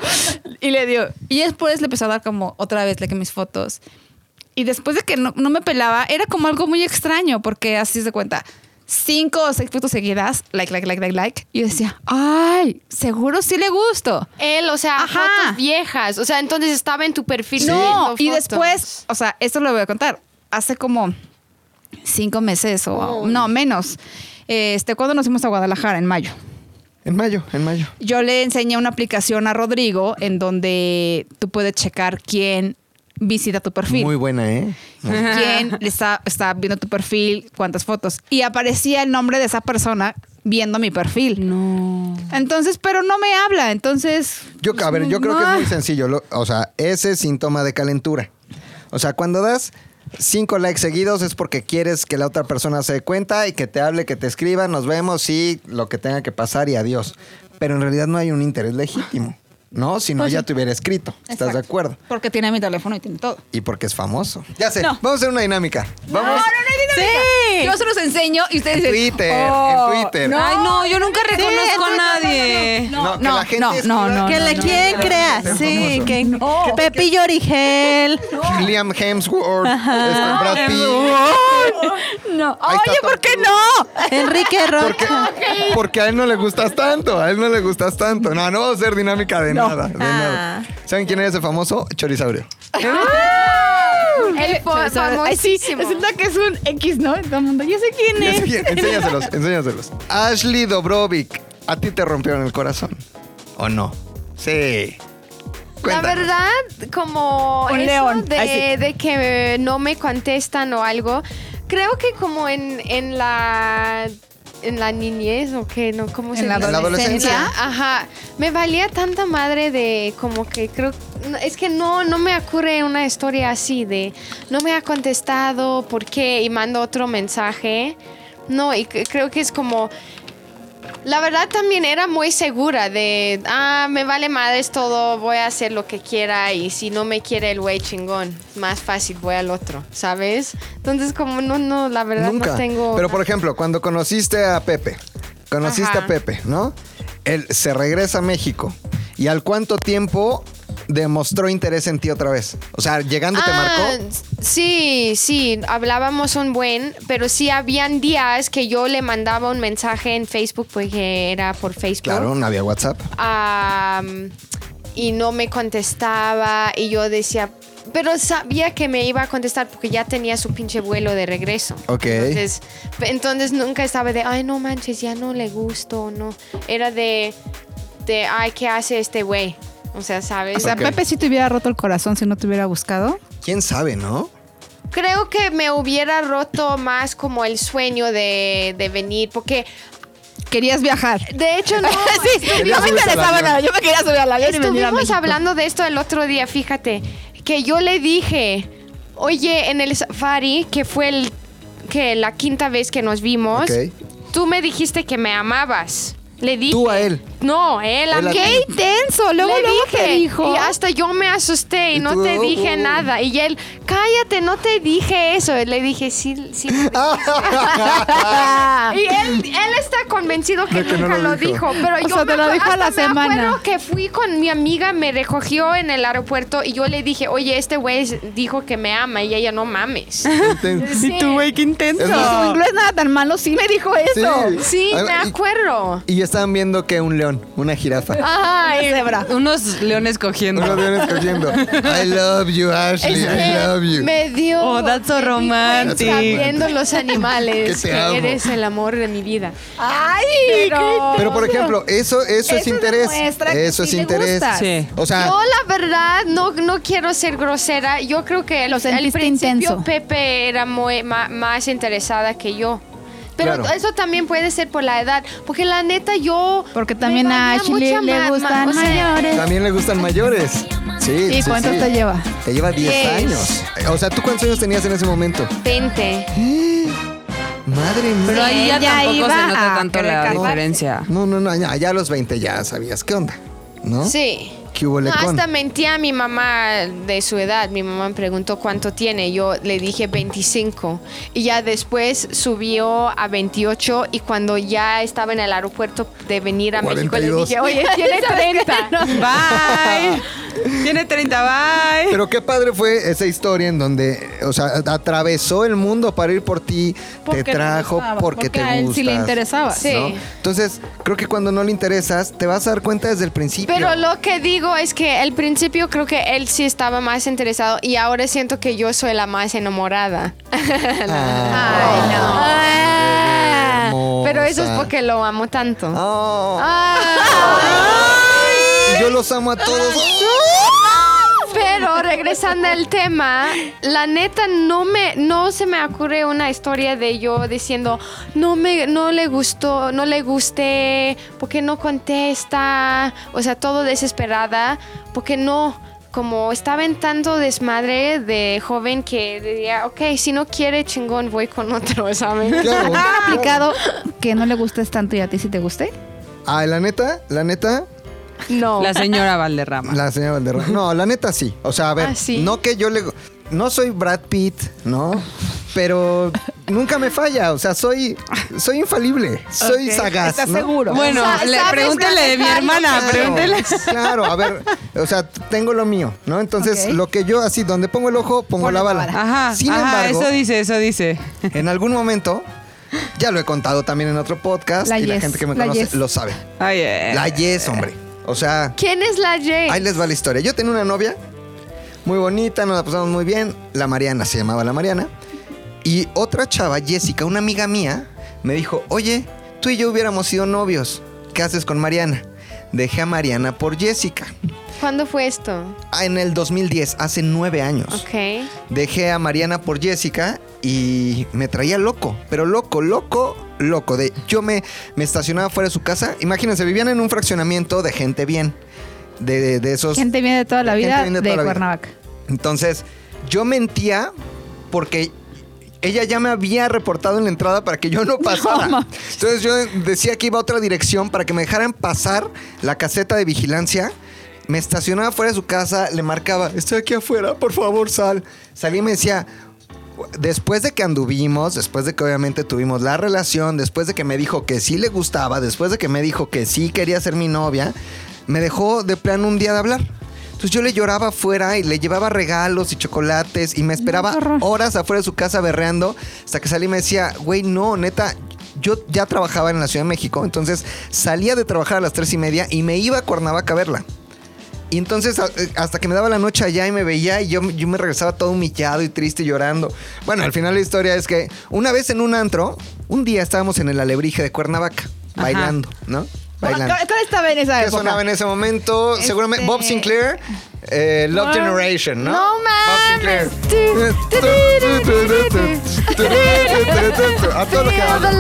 [SPEAKER 2] Y le dio. Y después le empezó a dar como otra vez like a mis fotos. Y después de que no, no me pelaba, era como algo muy extraño, porque así se cuenta. Cinco o seis fotos seguidas, like, like, like, like, like. Y yo decía, ay, seguro sí le gusto.
[SPEAKER 3] Él, o sea,
[SPEAKER 2] Ajá.
[SPEAKER 3] fotos viejas. O sea, entonces estaba en tu perfil.
[SPEAKER 2] No,
[SPEAKER 3] subiendo
[SPEAKER 2] y
[SPEAKER 3] fotos.
[SPEAKER 2] después, o sea, esto lo voy a contar. Hace como cinco meses o no, menos. Este, cuando nos fuimos a Guadalajara, en mayo.
[SPEAKER 6] En mayo, en mayo.
[SPEAKER 2] Yo le enseñé una aplicación a Rodrigo en donde tú puedes checar quién visita tu perfil.
[SPEAKER 6] Muy buena, ¿eh?
[SPEAKER 2] quién le está, está viendo tu perfil, cuántas fotos. Y aparecía el nombre de esa persona viendo mi perfil.
[SPEAKER 8] No.
[SPEAKER 2] Entonces, pero no me habla, entonces...
[SPEAKER 6] Yo, a ver, yo creo que es muy
[SPEAKER 2] Ah.
[SPEAKER 6] sencillo. lo- o sea, ese es síntoma de calentura. O sea, cuando das cinco likes seguidos es porque quieres que la otra persona se dé cuenta y que te hable, que te escriba, nos vemos y lo que tenga que pasar y adiós. Pero en realidad no hay un interés legítimo, ¿no? Si no, ya te hubiera escrito. ¿Estás de
[SPEAKER 2] Pues Exacto.
[SPEAKER 6] acuerdo?
[SPEAKER 2] Porque tiene mi teléfono y tiene todo.
[SPEAKER 6] Y porque es famoso. Ya sé,
[SPEAKER 2] No.
[SPEAKER 6] vamos a hacer una dinámica. Vamos.
[SPEAKER 2] Sí. Yo se los enseño y ustedes
[SPEAKER 6] En
[SPEAKER 2] dicen,
[SPEAKER 6] Twitter,
[SPEAKER 2] "Oh,
[SPEAKER 6] en Twitter.
[SPEAKER 2] no".
[SPEAKER 8] Ay, no, yo nunca reconozco a nadie.
[SPEAKER 6] No, que
[SPEAKER 2] no,
[SPEAKER 6] la gente
[SPEAKER 2] no,
[SPEAKER 6] escriba-
[SPEAKER 2] no, no,
[SPEAKER 7] Que le quieren crear. Sí, que Pepillo Origel.
[SPEAKER 6] Liam Hemsworth, este, Brad Pitt.
[SPEAKER 2] No.
[SPEAKER 6] Ahí está
[SPEAKER 2] Oye, ¿por qué no?
[SPEAKER 7] Enrique
[SPEAKER 6] Porque,
[SPEAKER 7] Rocha.
[SPEAKER 6] porque a él no le gustas tanto, a él no le gustas tanto. No, no va a ser dinámica de nada,
[SPEAKER 3] Ah.
[SPEAKER 6] de nada. ¿Saben quién es ese famoso? Chorizaurio.
[SPEAKER 3] Él fue
[SPEAKER 2] Ay, sí,
[SPEAKER 3] famosísimo.
[SPEAKER 2] resulta que es un X, ¿no? Todo el mundo, yo sé quién
[SPEAKER 6] Ya sé
[SPEAKER 2] es.
[SPEAKER 6] quién- Enséñaselos, enséñaselos. Ashley Dobrovic, a ti te rompieron el corazón. ¿O no? Sí. Cuéntanos.
[SPEAKER 3] La verdad, como
[SPEAKER 2] Un
[SPEAKER 3] eso
[SPEAKER 2] león.
[SPEAKER 3] De,
[SPEAKER 2] Ay,
[SPEAKER 3] de que no me contestan o algo, creo que como en, en la en la niñez o que no cómo se
[SPEAKER 2] Pues En la
[SPEAKER 3] dice?
[SPEAKER 6] En la
[SPEAKER 2] adolescencia.
[SPEAKER 3] En la- ajá me valía tanta madre de como que creo no, es que no no me ocurre una historia así de no me ha contestado por qué y mando otro mensaje no y c- creo que es como la verdad también era muy segura de, ah, me vale madres todo, voy a hacer lo que quiera y si no me quiere el güey chingón, más fácil voy al otro, ¿sabes? Entonces como no, no, la verdad
[SPEAKER 6] Nunca.
[SPEAKER 3] no tengo...
[SPEAKER 6] Pero por ejemplo, cuando conociste a Pepe, conociste
[SPEAKER 3] Ajá.
[SPEAKER 6] a Pepe, ¿no? Él se regresa a México. ¿Y al cuánto tiempo demostró interés en ti otra vez? O sea, llegando te
[SPEAKER 3] Ah,
[SPEAKER 6] marcó.
[SPEAKER 3] Sí, sí, hablábamos un buen, pero sí habían días que yo le mandaba un mensaje en Facebook porque era por Facebook.
[SPEAKER 6] Claro, no había WhatsApp.
[SPEAKER 3] am, y no me contestaba y yo decía, pero sabía que me iba a contestar porque ya tenía su pinche vuelo de regreso.
[SPEAKER 6] Ok.
[SPEAKER 3] Entonces, pe- entonces nunca estaba de, ay, no manches, ya no le gusto, no. Era de, de ay, ¿qué hace este güey? O sea, ¿sabes?
[SPEAKER 2] O sea,
[SPEAKER 6] Ah, Ok.
[SPEAKER 2] Pepe sí te hubiera roto el corazón si no te hubiera buscado.
[SPEAKER 6] ¿Quién sabe, no?
[SPEAKER 3] creo que me hubiera roto más como el sueño de, de venir, porque
[SPEAKER 2] Querías viajar.
[SPEAKER 3] de hecho no.
[SPEAKER 2] sí,
[SPEAKER 6] Querías
[SPEAKER 2] no me
[SPEAKER 6] subirte al
[SPEAKER 2] interesaba
[SPEAKER 6] avión.
[SPEAKER 2] nada. Yo me quería subir al avión y venir a
[SPEAKER 3] Estuvimos
[SPEAKER 2] México.
[SPEAKER 3] hablando de esto el otro día, fíjate, que yo le dije, oye, en el safari, que fue el, que la quinta vez que nos vimos,
[SPEAKER 6] Ok.
[SPEAKER 3] tú me dijiste que me amabas. Le dije.
[SPEAKER 6] Tú a él.
[SPEAKER 3] No, él a
[SPEAKER 6] Él
[SPEAKER 3] mí.
[SPEAKER 6] a ti.
[SPEAKER 3] ¡Qué intenso!
[SPEAKER 2] luego, luego te dijo.
[SPEAKER 3] Y hasta yo me asusté y,
[SPEAKER 6] Y
[SPEAKER 3] no
[SPEAKER 6] tú,
[SPEAKER 3] te dije
[SPEAKER 6] oh.
[SPEAKER 3] nada. Y él, cállate, no te dije eso. Y le dije, sí, sí. le dije". Y él, él está convencido que
[SPEAKER 6] De que no
[SPEAKER 3] nunca
[SPEAKER 6] lo
[SPEAKER 3] lo dijo.
[SPEAKER 6] dijo.
[SPEAKER 3] Pero yo
[SPEAKER 2] sea,
[SPEAKER 3] me
[SPEAKER 2] te lo
[SPEAKER 3] acu-
[SPEAKER 2] dijo a
[SPEAKER 3] hasta
[SPEAKER 2] la
[SPEAKER 3] me
[SPEAKER 2] semana.
[SPEAKER 3] acuerdo que fui con mi amiga, me recogió en el aeropuerto y yo le dije, oye, este güey dijo que me ama y ella no mames.
[SPEAKER 7] Y tú, güey, qué intenso.
[SPEAKER 6] Es
[SPEAKER 2] No,
[SPEAKER 6] más-
[SPEAKER 2] su inglés nada tan malo, sí me dijo eso.
[SPEAKER 6] Sí.
[SPEAKER 3] Sí,
[SPEAKER 6] Ah,
[SPEAKER 3] me
[SPEAKER 6] y-
[SPEAKER 3] acuerdo.
[SPEAKER 6] Y estaban viendo que un león, una jirafa.
[SPEAKER 3] Ay,
[SPEAKER 8] Unos leones cogiendo.
[SPEAKER 6] Unos leones cogiendo. I love you, Ashley.
[SPEAKER 3] Es
[SPEAKER 6] I
[SPEAKER 3] que
[SPEAKER 6] love you.
[SPEAKER 3] Me dio.
[SPEAKER 8] Oh, that's so
[SPEAKER 3] me di
[SPEAKER 8] romantic.
[SPEAKER 3] cuenta Viendo los animales.
[SPEAKER 6] Que te
[SPEAKER 3] que
[SPEAKER 6] amo.
[SPEAKER 3] eres el amor de mi vida.
[SPEAKER 7] Ah,
[SPEAKER 2] Ay,
[SPEAKER 3] Pero-
[SPEAKER 6] Pero por ejemplo, eso, eso, es
[SPEAKER 2] Eso
[SPEAKER 6] interés.
[SPEAKER 2] demuestra que
[SPEAKER 6] Eso
[SPEAKER 2] sí
[SPEAKER 6] es
[SPEAKER 2] le
[SPEAKER 6] interés.
[SPEAKER 2] gustas.
[SPEAKER 8] Sí.
[SPEAKER 6] O sea,
[SPEAKER 3] Yo, la verdad, no, no quiero ser grosera. Yo creo que al-
[SPEAKER 2] Lo
[SPEAKER 3] al
[SPEAKER 2] sentiste
[SPEAKER 3] principio
[SPEAKER 2] intenso.
[SPEAKER 3] Pepe era muy, ma- más interesada que yo. Pero
[SPEAKER 6] Claro.
[SPEAKER 3] eso también puede ser por la edad. Porque la neta, yo.
[SPEAKER 2] Porque
[SPEAKER 3] me
[SPEAKER 2] también a
[SPEAKER 3] valía
[SPEAKER 2] Ashley
[SPEAKER 3] mucha ma-
[SPEAKER 2] le
[SPEAKER 3] ma-
[SPEAKER 2] gustan
[SPEAKER 3] o sea,
[SPEAKER 2] mayores.
[SPEAKER 6] También le gustan mayores. Sí,
[SPEAKER 2] ¿Y
[SPEAKER 6] sí,
[SPEAKER 2] cuánto
[SPEAKER 6] sí.
[SPEAKER 2] te lleva?
[SPEAKER 6] Te lleva 10
[SPEAKER 3] Diez.
[SPEAKER 6] años. O sea, ¿tú cuántos años tenías en ese momento?
[SPEAKER 3] 20.
[SPEAKER 6] Madre mía.
[SPEAKER 8] Pero ahí ya
[SPEAKER 2] Ella
[SPEAKER 8] tampoco
[SPEAKER 2] iba
[SPEAKER 8] se
[SPEAKER 2] a
[SPEAKER 8] nota tanto
[SPEAKER 2] querer
[SPEAKER 8] la
[SPEAKER 2] casarse.
[SPEAKER 8] diferencia.
[SPEAKER 6] No, no, no, ya, ya a los 20 ya sabías qué onda, ¿no?
[SPEAKER 3] Sí.
[SPEAKER 6] ¿Qué hubo
[SPEAKER 3] No,
[SPEAKER 6] con?
[SPEAKER 3] hasta mentí a mi mamá de su edad. Mi mamá me preguntó cuánto tiene. Yo le dije 25. Y ya después subió a 28. Y cuando ya estaba en el aeropuerto de venir a México,
[SPEAKER 6] 42.
[SPEAKER 3] le dije, oye, tiene 30.
[SPEAKER 8] Bye. Tiene 30, bye.
[SPEAKER 6] Pero qué padre fue esa historia en donde, o sea, atravesó el mundo para ir por ti,
[SPEAKER 2] Porque
[SPEAKER 6] te
[SPEAKER 2] te
[SPEAKER 6] trajo
[SPEAKER 2] gustaba,
[SPEAKER 6] porque,
[SPEAKER 2] porque
[SPEAKER 6] te
[SPEAKER 2] a él
[SPEAKER 6] gustas.
[SPEAKER 2] sí le interesaba.
[SPEAKER 6] ¿no?
[SPEAKER 3] Sí.
[SPEAKER 6] Entonces, creo que cuando no le interesas, te vas a dar cuenta desde el principio.
[SPEAKER 3] Pero lo que digo es que al principio creo que él sí estaba más interesado. Y ahora siento que yo soy la más enamorada.
[SPEAKER 6] Ah.
[SPEAKER 3] Ay, no.
[SPEAKER 6] Ah,
[SPEAKER 3] Ah, Pero eso es
[SPEAKER 6] hermosa.
[SPEAKER 3] porque lo amo tanto.
[SPEAKER 6] Oh.
[SPEAKER 3] Ah.
[SPEAKER 6] Y Yo los amo a todos.
[SPEAKER 3] Pero regresando al tema, la neta no me no se me ocurre una historia de yo diciendo no me no le gustó, no le gusté, porque no contesta, o sea, todo desesperada, porque no como estaba en tanto desmadre de joven que diría, ok, si no quiere chingón voy con otro, ¿sabes?
[SPEAKER 6] Claro.
[SPEAKER 2] ¿Has aplicado que no le gustes tanto y a ti sí te guste?
[SPEAKER 6] Ay, la neta, la neta,
[SPEAKER 3] No.
[SPEAKER 8] La señora Valderrama.
[SPEAKER 6] la señora Valderrama. No, la neta sí. O sea, a ver,
[SPEAKER 3] Ah, ¿sí?
[SPEAKER 6] no que yo le... No soy Brad Pitt, ¿no? Pero nunca me falla. O sea, soy, soy infalible. Soy sagaz.
[SPEAKER 2] ¿Estás
[SPEAKER 6] ¿no?
[SPEAKER 2] seguro?
[SPEAKER 8] Bueno,
[SPEAKER 3] Sa-
[SPEAKER 8] le,
[SPEAKER 3] sabes
[SPEAKER 8] pregúntale de mi
[SPEAKER 3] manejar lo
[SPEAKER 8] hermana,
[SPEAKER 6] Claro,
[SPEAKER 8] pregúntale.
[SPEAKER 6] Claro, a ver, o sea, tengo lo mío, ¿no? Entonces,
[SPEAKER 2] Ok.
[SPEAKER 6] lo que yo así, donde pongo el ojo, pongo la bala.
[SPEAKER 8] Ajá,
[SPEAKER 6] Sin
[SPEAKER 8] ajá,
[SPEAKER 6] embargo,
[SPEAKER 8] eso dice, eso dice.
[SPEAKER 6] en algún momento, ya lo he contado también en otro podcast
[SPEAKER 2] La
[SPEAKER 6] y la
[SPEAKER 2] Yes,
[SPEAKER 6] gente que me
[SPEAKER 2] la
[SPEAKER 6] conoce
[SPEAKER 2] Yes.
[SPEAKER 6] lo sabe.
[SPEAKER 8] Ay, eh.
[SPEAKER 6] La Yes, hombre. O sea,
[SPEAKER 3] ¿Quién es la Jay?
[SPEAKER 6] Ahí les va la historia. Yo tenía una novia muy bonita, nos la pasamos muy bien. La Mariana se llamaba la Mariana. Y otra chava, Jessica, una amiga mía, me dijo: Oye, tú y yo hubiéramos sido novios. ¿Qué haces con Mariana? dejé a Mariana por Jessica.
[SPEAKER 3] ¿Cuándo fue esto?
[SPEAKER 6] Ah, En el 2010, hace nueve años.
[SPEAKER 3] Ok.
[SPEAKER 6] Dejé a Mariana por Jessica y me traía loco, pero loco, loco, loco. De, yo me, me estacionaba fuera de su casa. Imagínense, vivían en un fraccionamiento de gente bien. De, de- de esos.
[SPEAKER 2] Gente viene de toda la
[SPEAKER 6] Gente
[SPEAKER 2] vida
[SPEAKER 6] viene de
[SPEAKER 2] de
[SPEAKER 6] toda la vida.
[SPEAKER 2] Cuernavaca.
[SPEAKER 6] Entonces, yo mentía porque ella ya me había reportado en la entrada para que yo no pasara. Entonces yo decía que iba a otra dirección para que me dejaran pasar la caseta de vigilancia. Me estacionaba fuera de su casa, le marcaba, estoy aquí afuera, por favor, sal. Salí y me decía, después de que anduvimos, después de que obviamente tuvimos la relación, después de que me dijo que sí le gustaba, después de que me dijo que sí quería ser mi novia, me dejó de plan un día de hablar. Entonces yo le lloraba afuera y le llevaba regalos y chocolates y me esperaba horas afuera de su casa berreando hasta que salí y me decía, güey, no, neta, yo ya trabajaba en la Ciudad de México, entonces salía de trabajar a las tres y media y me iba a Cuernavaca a verla. Y entonces a- eh, hasta que me daba la noche allá y me veía y yo, yo me regresaba todo humillado y triste y llorando. Bueno, al final la historia es que una vez en un antro, un día estábamos en el alebrije de Cuernavaca, bailando, ¿no? Bailando.
[SPEAKER 2] ¿Cuál cuál estaba en esa
[SPEAKER 6] ¿Qué
[SPEAKER 2] época?
[SPEAKER 6] sonaba en ese momento? Seguramente Bob Sinclair, eh, Love Generation, ¿no? No mames. A todo lo que da.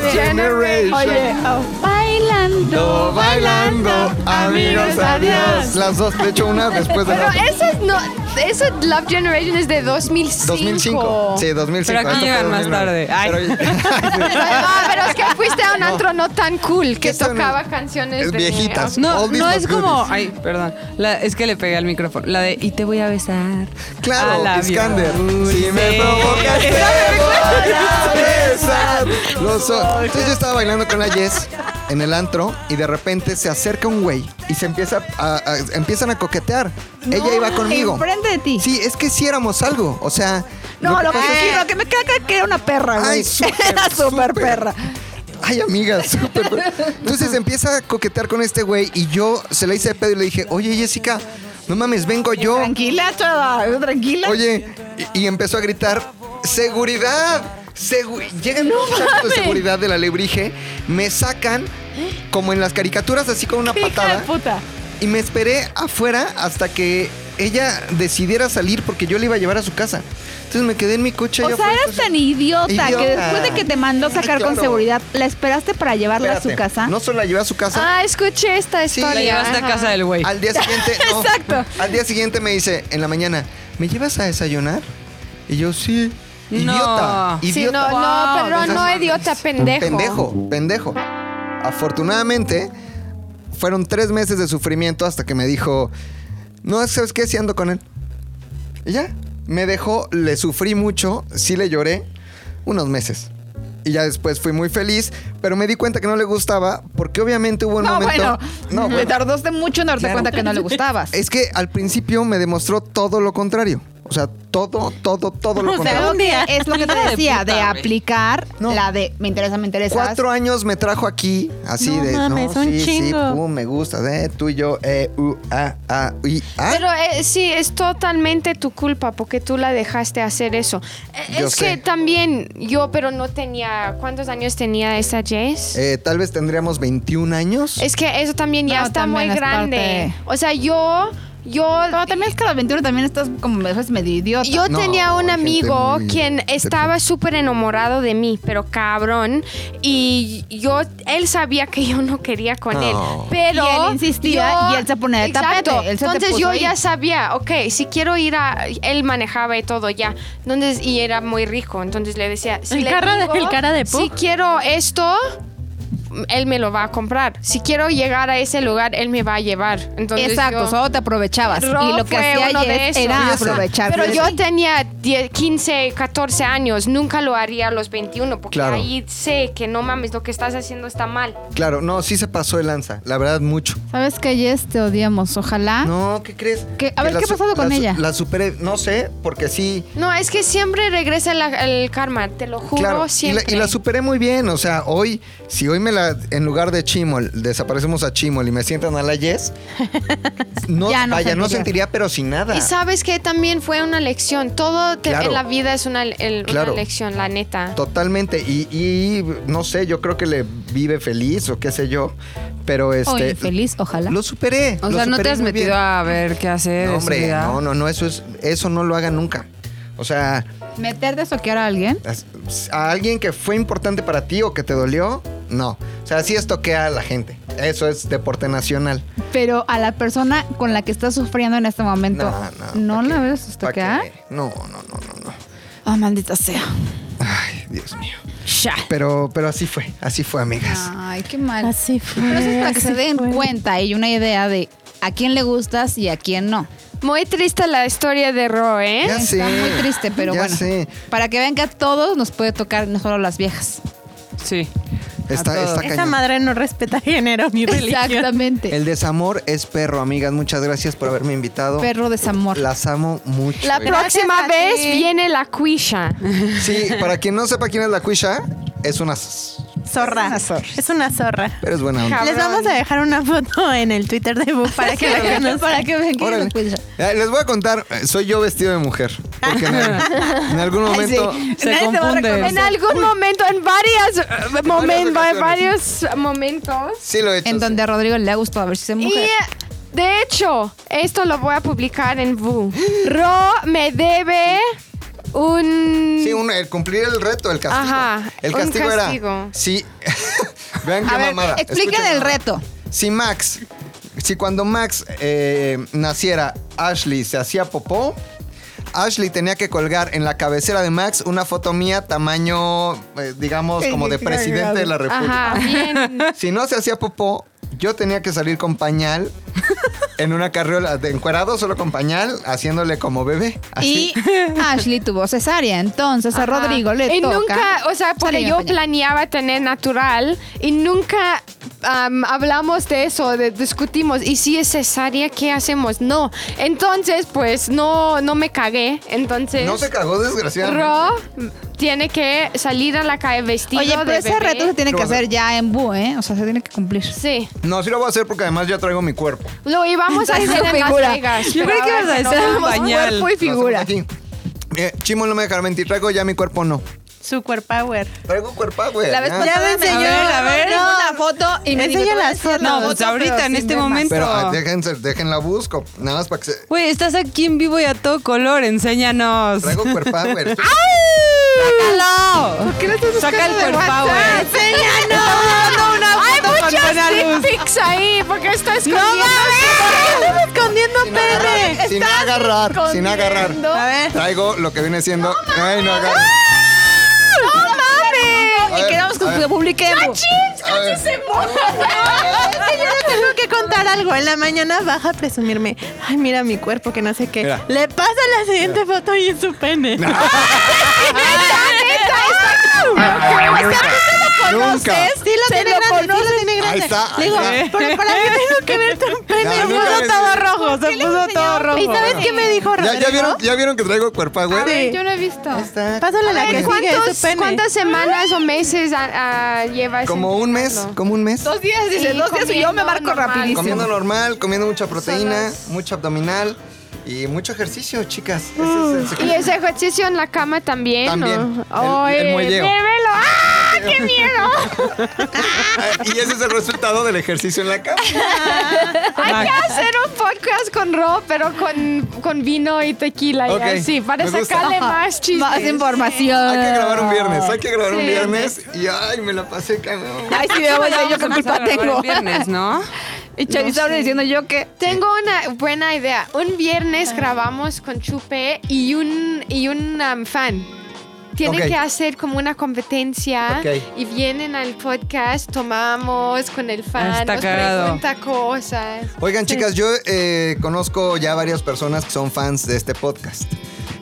[SPEAKER 6] Love Generation. bailando, bailando, amigos, adiós. Las dos, de hecho, una después de
[SPEAKER 3] Pero
[SPEAKER 6] la
[SPEAKER 3] eso es no. Eso Love Generation es de 2005.
[SPEAKER 6] 2005. Sí, 2005.
[SPEAKER 8] Pero aquí
[SPEAKER 6] Esto fue
[SPEAKER 8] llegan más
[SPEAKER 6] 2009.
[SPEAKER 8] tarde. Ay.
[SPEAKER 6] Pero-
[SPEAKER 3] Ah, pero es que fuiste a un antro no tan cool que
[SPEAKER 6] Esto no-
[SPEAKER 3] tocaba canciones de
[SPEAKER 6] viejitas.
[SPEAKER 8] No,
[SPEAKER 6] Oldies
[SPEAKER 8] no
[SPEAKER 6] but
[SPEAKER 8] es como.
[SPEAKER 6] goodies.
[SPEAKER 8] Ay, perdón. La- es que le pegué al micrófono. La de y te voy a besar. A
[SPEAKER 6] Claro,
[SPEAKER 8] la
[SPEAKER 6] Iskander.
[SPEAKER 8] viol-
[SPEAKER 6] Si me
[SPEAKER 8] Sí.
[SPEAKER 6] provocas, te voy a besar. Los o- Entonces yo estaba bailando con la Jess en el antro y de repente se acerca un güey y se empieza a, a- empiezan a coquetear. Ella iba conmigo.
[SPEAKER 2] Enfrente de ti.
[SPEAKER 6] Sí, es que si éramos algo, o sea...
[SPEAKER 2] No, lo que,
[SPEAKER 6] pasa-
[SPEAKER 2] lo que me queda claro que era una perra, güey.
[SPEAKER 6] Ay, súper,
[SPEAKER 2] era súper perra.
[SPEAKER 6] Ay, amiga, súper. per- Entonces empieza a coquetear con este güey y yo se la hice de pedo y le dije, oye, Jessica, no mames, vengo yo.
[SPEAKER 2] Tranquila, chava, tranquila.
[SPEAKER 6] Oye, y, y empezó a gritar, ¡seguridad! Segu- Llegan los chicos de seguridad del alebrije, me sacan como en las caricaturas, así con una patada. ¿eh? Y me esperé afuera hasta que ella decidiera salir porque yo le iba a llevar a su casa. Entonces me quedé en mi coche.
[SPEAKER 2] o
[SPEAKER 6] allá
[SPEAKER 2] sea,
[SPEAKER 6] afuera,
[SPEAKER 2] eras
[SPEAKER 6] entonces-
[SPEAKER 2] tan idiota, que
[SPEAKER 6] ¿eh? Idiota.
[SPEAKER 2] después de que te mandó
[SPEAKER 6] Sí,
[SPEAKER 2] sacar con
[SPEAKER 6] claro.
[SPEAKER 2] seguridad, la esperaste para llevarla a
[SPEAKER 6] Espérate,
[SPEAKER 2] su casa.
[SPEAKER 6] No solo la llevé a su casa,
[SPEAKER 3] Ah, escuché esta
[SPEAKER 6] Sí.
[SPEAKER 3] historia.
[SPEAKER 8] La llevaste a
[SPEAKER 3] ajá.
[SPEAKER 8] casa del güey.
[SPEAKER 6] Al día siguiente. no.
[SPEAKER 2] Exacto.
[SPEAKER 6] Al día siguiente me dice, en la mañana, ¿me llevas a desayunar? Y yo, sí.
[SPEAKER 8] No.
[SPEAKER 6] Idiota.
[SPEAKER 8] Sí,
[SPEAKER 3] Sí,
[SPEAKER 6] Idiota.
[SPEAKER 3] no, no, perdón, no
[SPEAKER 6] Entonces,
[SPEAKER 3] idiota, pendejo.
[SPEAKER 6] Pendejo, pendejo. Afortunadamente, fueron tres meses de sufrimiento hasta que me dijo, no, ¿sabes qué? Si ando con él. Y ya, me dejó, le sufrí mucho, sí le lloré, unos meses. Y ya después fui muy feliz, pero me di cuenta que no le gustaba, porque obviamente hubo un
[SPEAKER 2] No,
[SPEAKER 6] momento...
[SPEAKER 2] bueno.
[SPEAKER 6] No,
[SPEAKER 2] Te tardaste mucho en darte
[SPEAKER 6] Claro.
[SPEAKER 2] cuenta que no le gustabas.
[SPEAKER 6] es que al principio me demostró todo lo contrario. O sea, todo, todo, todo lo
[SPEAKER 7] O sea,
[SPEAKER 6] contrario.
[SPEAKER 2] Creo que es lo que te
[SPEAKER 8] Hija de
[SPEAKER 2] decía, de,
[SPEAKER 8] puta, güey.
[SPEAKER 2] aplicar
[SPEAKER 6] No.
[SPEAKER 2] la de me interesa, me interesa.
[SPEAKER 6] Cuatro años me trajo aquí, así
[SPEAKER 7] No
[SPEAKER 6] de.
[SPEAKER 7] mames, un
[SPEAKER 6] sí,
[SPEAKER 7] chingo.
[SPEAKER 6] Sí, pum, me gusta, eh, tú y yo, eh, u, a, a, i, a.
[SPEAKER 3] Pero eh, sí, es totalmente tu culpa porque tú la dejaste hacer eso. Eh,
[SPEAKER 6] Yo
[SPEAKER 3] es
[SPEAKER 6] sé.
[SPEAKER 3] que también yo, pero no tenía. ¿Cuántos años tenía esa Jess?
[SPEAKER 6] Eh, tal vez tendríamos 21 años.
[SPEAKER 3] es que eso también ya
[SPEAKER 2] No,
[SPEAKER 3] está
[SPEAKER 2] también
[SPEAKER 3] muy
[SPEAKER 2] es
[SPEAKER 3] grande.
[SPEAKER 2] parte-
[SPEAKER 3] O sea, yo. Yo,
[SPEAKER 2] Pero también es que a los 21 también estás como me dejas medio idiota.
[SPEAKER 3] yo
[SPEAKER 6] No,
[SPEAKER 3] tenía un
[SPEAKER 6] gente
[SPEAKER 3] amigo
[SPEAKER 6] muy
[SPEAKER 3] quien
[SPEAKER 6] depe-
[SPEAKER 3] estaba súper enamorado de mí, pero cabrón. Y yo, él sabía que yo no quería con él.
[SPEAKER 6] No.
[SPEAKER 3] Pero.
[SPEAKER 2] Y él insistía y él se ponía de
[SPEAKER 3] Exacto.
[SPEAKER 2] tapete, él se te
[SPEAKER 3] Entonces
[SPEAKER 2] puso
[SPEAKER 3] yo
[SPEAKER 2] ahí.
[SPEAKER 3] ya sabía, ok, si quiero ir a. Él manejaba y todo ya. Entonces, y era muy rico. Entonces le decía, si
[SPEAKER 7] El
[SPEAKER 3] le
[SPEAKER 7] cara de-
[SPEAKER 3] digo,
[SPEAKER 7] el cara de
[SPEAKER 3] Si
[SPEAKER 7] Pug.
[SPEAKER 3] quiero esto. Él me lo va a comprar. Si quiero llegar a ese lugar, él me va a llevar. Entonces
[SPEAKER 2] Exacto,
[SPEAKER 3] yo-
[SPEAKER 2] solo te aprovechabas.
[SPEAKER 3] Ro
[SPEAKER 2] y lo que
[SPEAKER 3] fue
[SPEAKER 2] hacía
[SPEAKER 3] uno de
[SPEAKER 2] Jess
[SPEAKER 3] esos.
[SPEAKER 2] era
[SPEAKER 6] Fíjate.
[SPEAKER 2] aprovechar.
[SPEAKER 3] Pero
[SPEAKER 6] pues
[SPEAKER 2] Sí.
[SPEAKER 3] yo tenía 10, 15, 14 años, nunca lo haría a los 21, porque
[SPEAKER 6] Claro.
[SPEAKER 3] ahí sé que no mames, lo que estás haciendo está mal.
[SPEAKER 6] Claro, no, sí se pasó de lanza, la verdad, mucho.
[SPEAKER 2] Sabes que Jess te odiamos, ojalá.
[SPEAKER 6] No, ¿qué crees?
[SPEAKER 2] ¿Ah? ¿Qué? A
[SPEAKER 6] Que
[SPEAKER 2] ver,
[SPEAKER 6] la
[SPEAKER 2] ¿qué ha
[SPEAKER 6] su-
[SPEAKER 2] pasado con
[SPEAKER 6] la su-
[SPEAKER 2] ella?
[SPEAKER 6] La superé, no sé, porque sí.
[SPEAKER 3] No, es que siempre regresa la- el karma, te lo juro,
[SPEAKER 6] Claro, y la,
[SPEAKER 3] siempre.
[SPEAKER 6] y la superé muy bien, o sea, hoy, si hoy me la a, en lugar de Chimol, desaparecemos a Chimol y me sientan a la Yes, no,
[SPEAKER 2] Ya no
[SPEAKER 6] vaya, no
[SPEAKER 2] sentiría.
[SPEAKER 6] sentiría, pero sin nada.
[SPEAKER 3] Y sabes que también fue una lección. Todo te-
[SPEAKER 6] Claro.
[SPEAKER 3] en la vida es una, el-
[SPEAKER 6] Claro.
[SPEAKER 3] una lección, la neta.
[SPEAKER 6] Totalmente. Y, y, no sé, yo creo que le vive feliz o qué sé yo. Pero este.
[SPEAKER 2] O infeliz, ojalá.
[SPEAKER 6] Lo superé.
[SPEAKER 8] O
[SPEAKER 6] lo
[SPEAKER 8] sea, no te
[SPEAKER 6] superé
[SPEAKER 8] has
[SPEAKER 6] muy
[SPEAKER 8] metido
[SPEAKER 6] bien.
[SPEAKER 8] a ver qué hace.
[SPEAKER 6] No,
[SPEAKER 8] de su
[SPEAKER 6] hombre,
[SPEAKER 8] vida?
[SPEAKER 6] no, no, no, eso es, eso no lo hagan nunca. O sea,
[SPEAKER 2] ¿Meterte a soquear a alguien?
[SPEAKER 6] as- a alguien que fue importante para ti o que te dolió, no. O sea, así es toquea a la gente. Eso es deporte nacional.
[SPEAKER 2] Pero a la persona con la que estás sufriendo en este momento,
[SPEAKER 6] No, no.
[SPEAKER 2] ¿no
[SPEAKER 6] ¿pa'
[SPEAKER 2] la
[SPEAKER 6] qué?
[SPEAKER 2] ves
[SPEAKER 6] ¿Pa' qué?
[SPEAKER 2] estoquear?
[SPEAKER 6] No, no, no, no, no.
[SPEAKER 2] Ah, maldita sea.
[SPEAKER 6] Ay, Dios mío.
[SPEAKER 2] Ya.
[SPEAKER 6] Pero, pero así fue, así fue, amigas.
[SPEAKER 2] Ay, qué mal.
[SPEAKER 7] Así fue.
[SPEAKER 2] Pero eso es para que se
[SPEAKER 7] así
[SPEAKER 2] den
[SPEAKER 7] fue.
[SPEAKER 2] cuenta y una idea de a quién le gustas y a quién no.
[SPEAKER 3] Muy triste la historia de Ro, ¿eh?
[SPEAKER 6] Ya sé.
[SPEAKER 2] Está muy triste, pero
[SPEAKER 6] Ya
[SPEAKER 2] bueno.
[SPEAKER 6] sé.
[SPEAKER 2] Para que vean que a todos nos puede tocar, no solo a las viejas.
[SPEAKER 8] Sí.
[SPEAKER 6] Está,
[SPEAKER 8] todos.
[SPEAKER 6] está
[SPEAKER 7] Esa
[SPEAKER 6] cañón.
[SPEAKER 7] madre no respeta género ni religión.
[SPEAKER 2] Exactamente.
[SPEAKER 6] El desamor es perro, amigas. Muchas gracias por haberme invitado.
[SPEAKER 2] Perro desamor.
[SPEAKER 6] Las amo mucho.
[SPEAKER 3] La próxima vez viene la cuisha.
[SPEAKER 6] Sí, para quien no sepa quién es la cuisha, es una... s-
[SPEAKER 7] Zorra. Es una zorra.
[SPEAKER 6] Pero es buena onda.
[SPEAKER 7] Les vamos a dejar una foto en el Twitter de Boo para que la conozcan.
[SPEAKER 2] para que vean que
[SPEAKER 6] Órale.
[SPEAKER 2] lo cuidas.
[SPEAKER 6] Eh, Les voy a contar, eh, soy yo vestido de mujer. Porque en, en algún momento.
[SPEAKER 8] Se
[SPEAKER 7] Nadie te va a
[SPEAKER 8] confunde.
[SPEAKER 3] En algún momento, en varias, eh, momen-
[SPEAKER 6] En varias
[SPEAKER 3] varios momentos.
[SPEAKER 6] Sí lo he hecho.
[SPEAKER 2] En donde a Rodrigo le ha gustado a ver si se
[SPEAKER 3] Y
[SPEAKER 2] mujer.
[SPEAKER 3] eh, de hecho, esto lo voy a publicar en VU. Ro me debe un.
[SPEAKER 6] Sí, un- el cumplir el reto, el castigo.
[SPEAKER 3] Mm. Ajá,
[SPEAKER 6] el
[SPEAKER 3] un
[SPEAKER 6] castigo,
[SPEAKER 3] castigo.
[SPEAKER 6] era. Sí. Vean qué
[SPEAKER 2] a ver,
[SPEAKER 6] mamada.
[SPEAKER 2] expliquen
[SPEAKER 6] Escuchen.
[SPEAKER 2] el reto.
[SPEAKER 6] Si Max, si cuando Max eh, naciera, Ashley se hacía popó. Ashley tenía que colgar en la cabecera de Max una foto mía tamaño, eh, digamos, como de presidente de la República.
[SPEAKER 3] Ajá, bien.
[SPEAKER 6] Si no se hacía popó, yo tenía que salir con pañal en una carriola de encuerado, solo con pañal, haciéndole como bebé. Así.
[SPEAKER 2] Y Ashley tuvo cesárea, entonces a Rodrigo le
[SPEAKER 3] y
[SPEAKER 2] toca.
[SPEAKER 3] nunca, o sea, porque
[SPEAKER 2] salir en
[SPEAKER 3] yo
[SPEAKER 2] pañal.
[SPEAKER 3] planeaba tener natural y nunca am, hablamos de eso, de- discutimos. Y si es cesárea, ¿qué hacemos? No. Entonces, pues no, no me cagué. Entonces,
[SPEAKER 6] No se cagó, desgraciadamente.
[SPEAKER 3] Ro tiene que salir a la calle vestido
[SPEAKER 2] Oye, pero
[SPEAKER 3] de
[SPEAKER 2] ese
[SPEAKER 3] bebé.
[SPEAKER 2] reto se tiene que
[SPEAKER 6] Lo vas a-
[SPEAKER 2] hacer ya en Bu, ¿eh? O sea, se tiene que cumplir.
[SPEAKER 3] Sí,
[SPEAKER 6] No, sí lo voy a hacer porque además ya traigo mi cuerpo.
[SPEAKER 3] lo íbamos a
[SPEAKER 2] Trae
[SPEAKER 3] hacer
[SPEAKER 2] su
[SPEAKER 3] en Las
[SPEAKER 2] figura.
[SPEAKER 3] Vegas.
[SPEAKER 8] Yo
[SPEAKER 3] pero
[SPEAKER 8] creo que
[SPEAKER 3] ahora
[SPEAKER 8] ibas a
[SPEAKER 3] no.
[SPEAKER 8] decir un pañal.
[SPEAKER 2] Cuerpo y
[SPEAKER 6] Lo hacemos
[SPEAKER 2] figura.
[SPEAKER 6] aquí. Eh, Chimo no me dejará mentir, traigo ya mi cuerpo, no.
[SPEAKER 7] Super Power.
[SPEAKER 6] Traigo cuerpo, güey.
[SPEAKER 2] La vez
[SPEAKER 6] ya.
[SPEAKER 2] pasada
[SPEAKER 7] me
[SPEAKER 2] me
[SPEAKER 7] enseñó,
[SPEAKER 2] mandaron
[SPEAKER 7] a ver, no.
[SPEAKER 2] una foto y me
[SPEAKER 7] Enseña
[SPEAKER 2] dijo, "Te voy a
[SPEAKER 7] las
[SPEAKER 2] enseñar la
[SPEAKER 7] fotos".
[SPEAKER 8] No, pues
[SPEAKER 2] foto,
[SPEAKER 8] ahorita,
[SPEAKER 2] pero
[SPEAKER 8] en
[SPEAKER 2] sin
[SPEAKER 8] este
[SPEAKER 2] ver más".
[SPEAKER 8] momento.
[SPEAKER 6] Pero ah, déjense, déjenla busco. Nada más para que se.
[SPEAKER 8] Güey, estás aquí en vivo y a todo color, enséñanos.
[SPEAKER 6] Traigo cuerpo, güey.
[SPEAKER 8] ¡Sácalo! Saca el cuerpo, güey.
[SPEAKER 7] ¡Enséñanos!
[SPEAKER 3] Hay
[SPEAKER 8] Foto con buena
[SPEAKER 3] muchas
[SPEAKER 8] luz.
[SPEAKER 3] dick pics ahí, porque esto es
[SPEAKER 7] ¡No mames! ¿Por qué estás escondiendo
[SPEAKER 6] Sin
[SPEAKER 7] pene?
[SPEAKER 6] agarrar, sin agarrar, sin agarrar.
[SPEAKER 7] A ver.
[SPEAKER 6] Traigo lo que viene siendo. ¡Ay, no agarro!
[SPEAKER 2] ¡No mames!
[SPEAKER 6] A
[SPEAKER 2] Y
[SPEAKER 6] ver,
[SPEAKER 2] quedamos
[SPEAKER 6] a
[SPEAKER 2] con
[SPEAKER 6] ver.
[SPEAKER 2] que publiquemos.
[SPEAKER 7] Ah,
[SPEAKER 6] A ver.
[SPEAKER 7] Es que yo le tengo que contar algo. En la mañana baja a presumirme. Ay, mira mi cuerpo, que no sé qué.
[SPEAKER 6] Mira.
[SPEAKER 7] Le pasa la siguiente foto y es su pene.
[SPEAKER 6] Ah, Nunca.
[SPEAKER 7] Sí lo tiene grande, sí lo tiene grande.
[SPEAKER 6] Ahí está,
[SPEAKER 7] Le
[SPEAKER 6] ahí
[SPEAKER 7] digo,
[SPEAKER 6] está.
[SPEAKER 7] pero ¿para qué tengo que ver tu pene?
[SPEAKER 6] Ya,
[SPEAKER 7] Se
[SPEAKER 6] nunca
[SPEAKER 7] puso
[SPEAKER 6] ves-
[SPEAKER 7] todo rojo, se puso todo rojo. ¿Y sabes qué me dijo
[SPEAKER 6] ¿Ya,
[SPEAKER 7] Rodrigo?
[SPEAKER 6] ya vieron, ¿Ya vieron que traigo cuerpo, güey?
[SPEAKER 7] Sí.
[SPEAKER 3] Yo no he visto.
[SPEAKER 7] Pásale la que sigue, es
[SPEAKER 3] ¿Cuántos-
[SPEAKER 7] su pene.
[SPEAKER 3] ¿Cuántas semanas o meses ah, ah, llevas?
[SPEAKER 6] Como un mes, como un mes.
[SPEAKER 2] Dos días, dice,
[SPEAKER 3] Sí,
[SPEAKER 2] dos días y yo me
[SPEAKER 3] comiendo
[SPEAKER 2] marco
[SPEAKER 3] normal.
[SPEAKER 2] rapidísimo.
[SPEAKER 6] Comiendo normal, comiendo mucha proteína,
[SPEAKER 3] Solas.
[SPEAKER 6] mucho abdominal y mucho ejercicio, chicas. Ese es el
[SPEAKER 3] ¿Y
[SPEAKER 6] secreto.
[SPEAKER 3] ese ejercicio en la cama también?
[SPEAKER 6] También.
[SPEAKER 3] ¿no?
[SPEAKER 6] El- el
[SPEAKER 3] Ay,
[SPEAKER 6] muelleo.
[SPEAKER 3] bébelo. ¡Ah, qué miedo!
[SPEAKER 6] Ah, y ese es el resultado del ejercicio en la cama.
[SPEAKER 3] Hay que hacer un podcast con Ro, pero con, con vino y tequila
[SPEAKER 6] Ok,
[SPEAKER 3] y así, para
[SPEAKER 6] me gusta.
[SPEAKER 3] sacarle más chistes.
[SPEAKER 2] Más información.
[SPEAKER 6] Hay que grabar un viernes, hay que grabar un
[SPEAKER 3] Sí.
[SPEAKER 6] viernes. Y ay, me la pasé cabrón.
[SPEAKER 2] Ay, sí, me voy a yo qué culpa tengo.
[SPEAKER 8] El viernes, ¿no?
[SPEAKER 2] Y Chavis ahora diciendo yo que...
[SPEAKER 3] Tengo una buena idea. Un
[SPEAKER 6] Ah.
[SPEAKER 3] viernes grabamos con Chupe y un, y un um, fan. Tienen
[SPEAKER 6] Ok.
[SPEAKER 3] que hacer como una competencia
[SPEAKER 6] Ok.
[SPEAKER 3] y vienen al podcast, tomamos con el fan,
[SPEAKER 8] Ah, Está
[SPEAKER 3] nos
[SPEAKER 8] cagado.
[SPEAKER 3] pregunta cosas.
[SPEAKER 6] Oigan, chicas, yo eh, conozco ya varias personas que son fans de este podcast.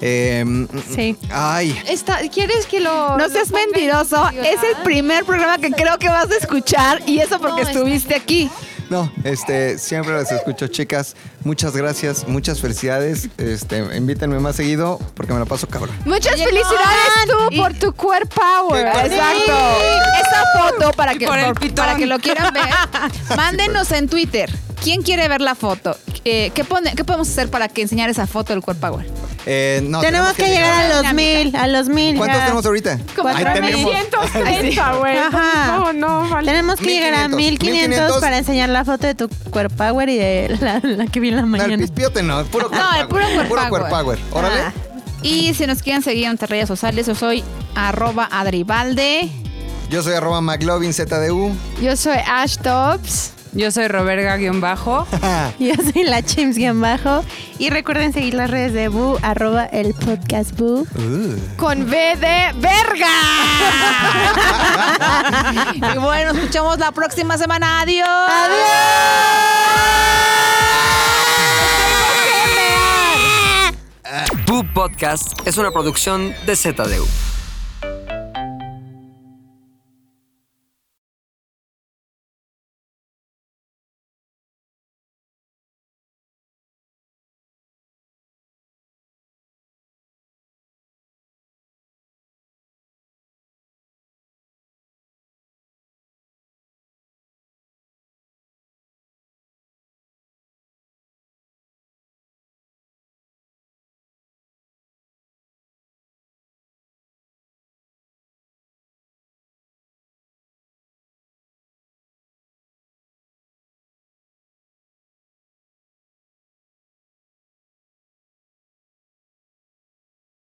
[SPEAKER 6] Eh, mm,
[SPEAKER 7] Sí.
[SPEAKER 6] Ay,
[SPEAKER 3] Está- ¿Quieres que lo.? lo
[SPEAKER 2] No seas
[SPEAKER 3] ponga en Ah.
[SPEAKER 2] mentiroso,
[SPEAKER 3] publicidad?
[SPEAKER 2] es el primer programa que creo que vas a escuchar y eso porque
[SPEAKER 3] No, está-
[SPEAKER 2] estuviste aquí.
[SPEAKER 6] No, este, siempre las escucho, chicas. Muchas gracias, muchas felicidades. Este, invítenme más seguido porque me la paso cabrón.
[SPEAKER 3] Muchas
[SPEAKER 2] Oye,
[SPEAKER 3] felicidades
[SPEAKER 2] no.
[SPEAKER 3] tú por tu core power.
[SPEAKER 6] Qué cool.
[SPEAKER 2] Exacto. Esa foto para que,
[SPEAKER 8] por el
[SPEAKER 2] por-
[SPEAKER 8] pitón.
[SPEAKER 2] para que lo quieran ver. Mándenos en Twitter. ¿Quién quiere ver la foto? Eh, ¿qué, pone- ¿Qué podemos hacer para que enseñar esa foto del cuerpo agua?
[SPEAKER 6] Eh, no,
[SPEAKER 7] Tenemos que llegar a los
[SPEAKER 2] dinámica.
[SPEAKER 7] mil, a los mil.
[SPEAKER 6] ¿Cuántos
[SPEAKER 7] ya.
[SPEAKER 6] tenemos ahorita?
[SPEAKER 7] Como
[SPEAKER 6] Ahí tenemos.
[SPEAKER 3] 360, güey.
[SPEAKER 7] Ajá.
[SPEAKER 3] No, no, vale.
[SPEAKER 7] Tenemos que llegar a
[SPEAKER 6] 1500,
[SPEAKER 7] 1500 para enseñar la foto de tu cuerpo power y de la, la que vi en la
[SPEAKER 6] No, el
[SPEAKER 7] mañana.
[SPEAKER 6] pispiote no, es puro
[SPEAKER 2] No, el puro
[SPEAKER 6] cuerpower,
[SPEAKER 2] cuerpower.
[SPEAKER 6] cuerpower. Órale.
[SPEAKER 7] Ah.
[SPEAKER 2] Y si nos quieren seguir en nuestras redes sociales, yo soy arroba adribalde.
[SPEAKER 6] Yo soy arroba McLovinZDU.
[SPEAKER 3] Yo soy Ash Tops.
[SPEAKER 8] Yo soy Roberga-bajo.
[SPEAKER 7] Yo soy la Chims guión bajo. Y recuerden seguir las redes de Boo, arroba el podcast Boo.
[SPEAKER 6] Uh.
[SPEAKER 3] Con B de verga.
[SPEAKER 2] Y bueno, nos escuchamos la próxima semana. Adiós. Adiós.
[SPEAKER 9] Boo Podcast es una producción de ZDU.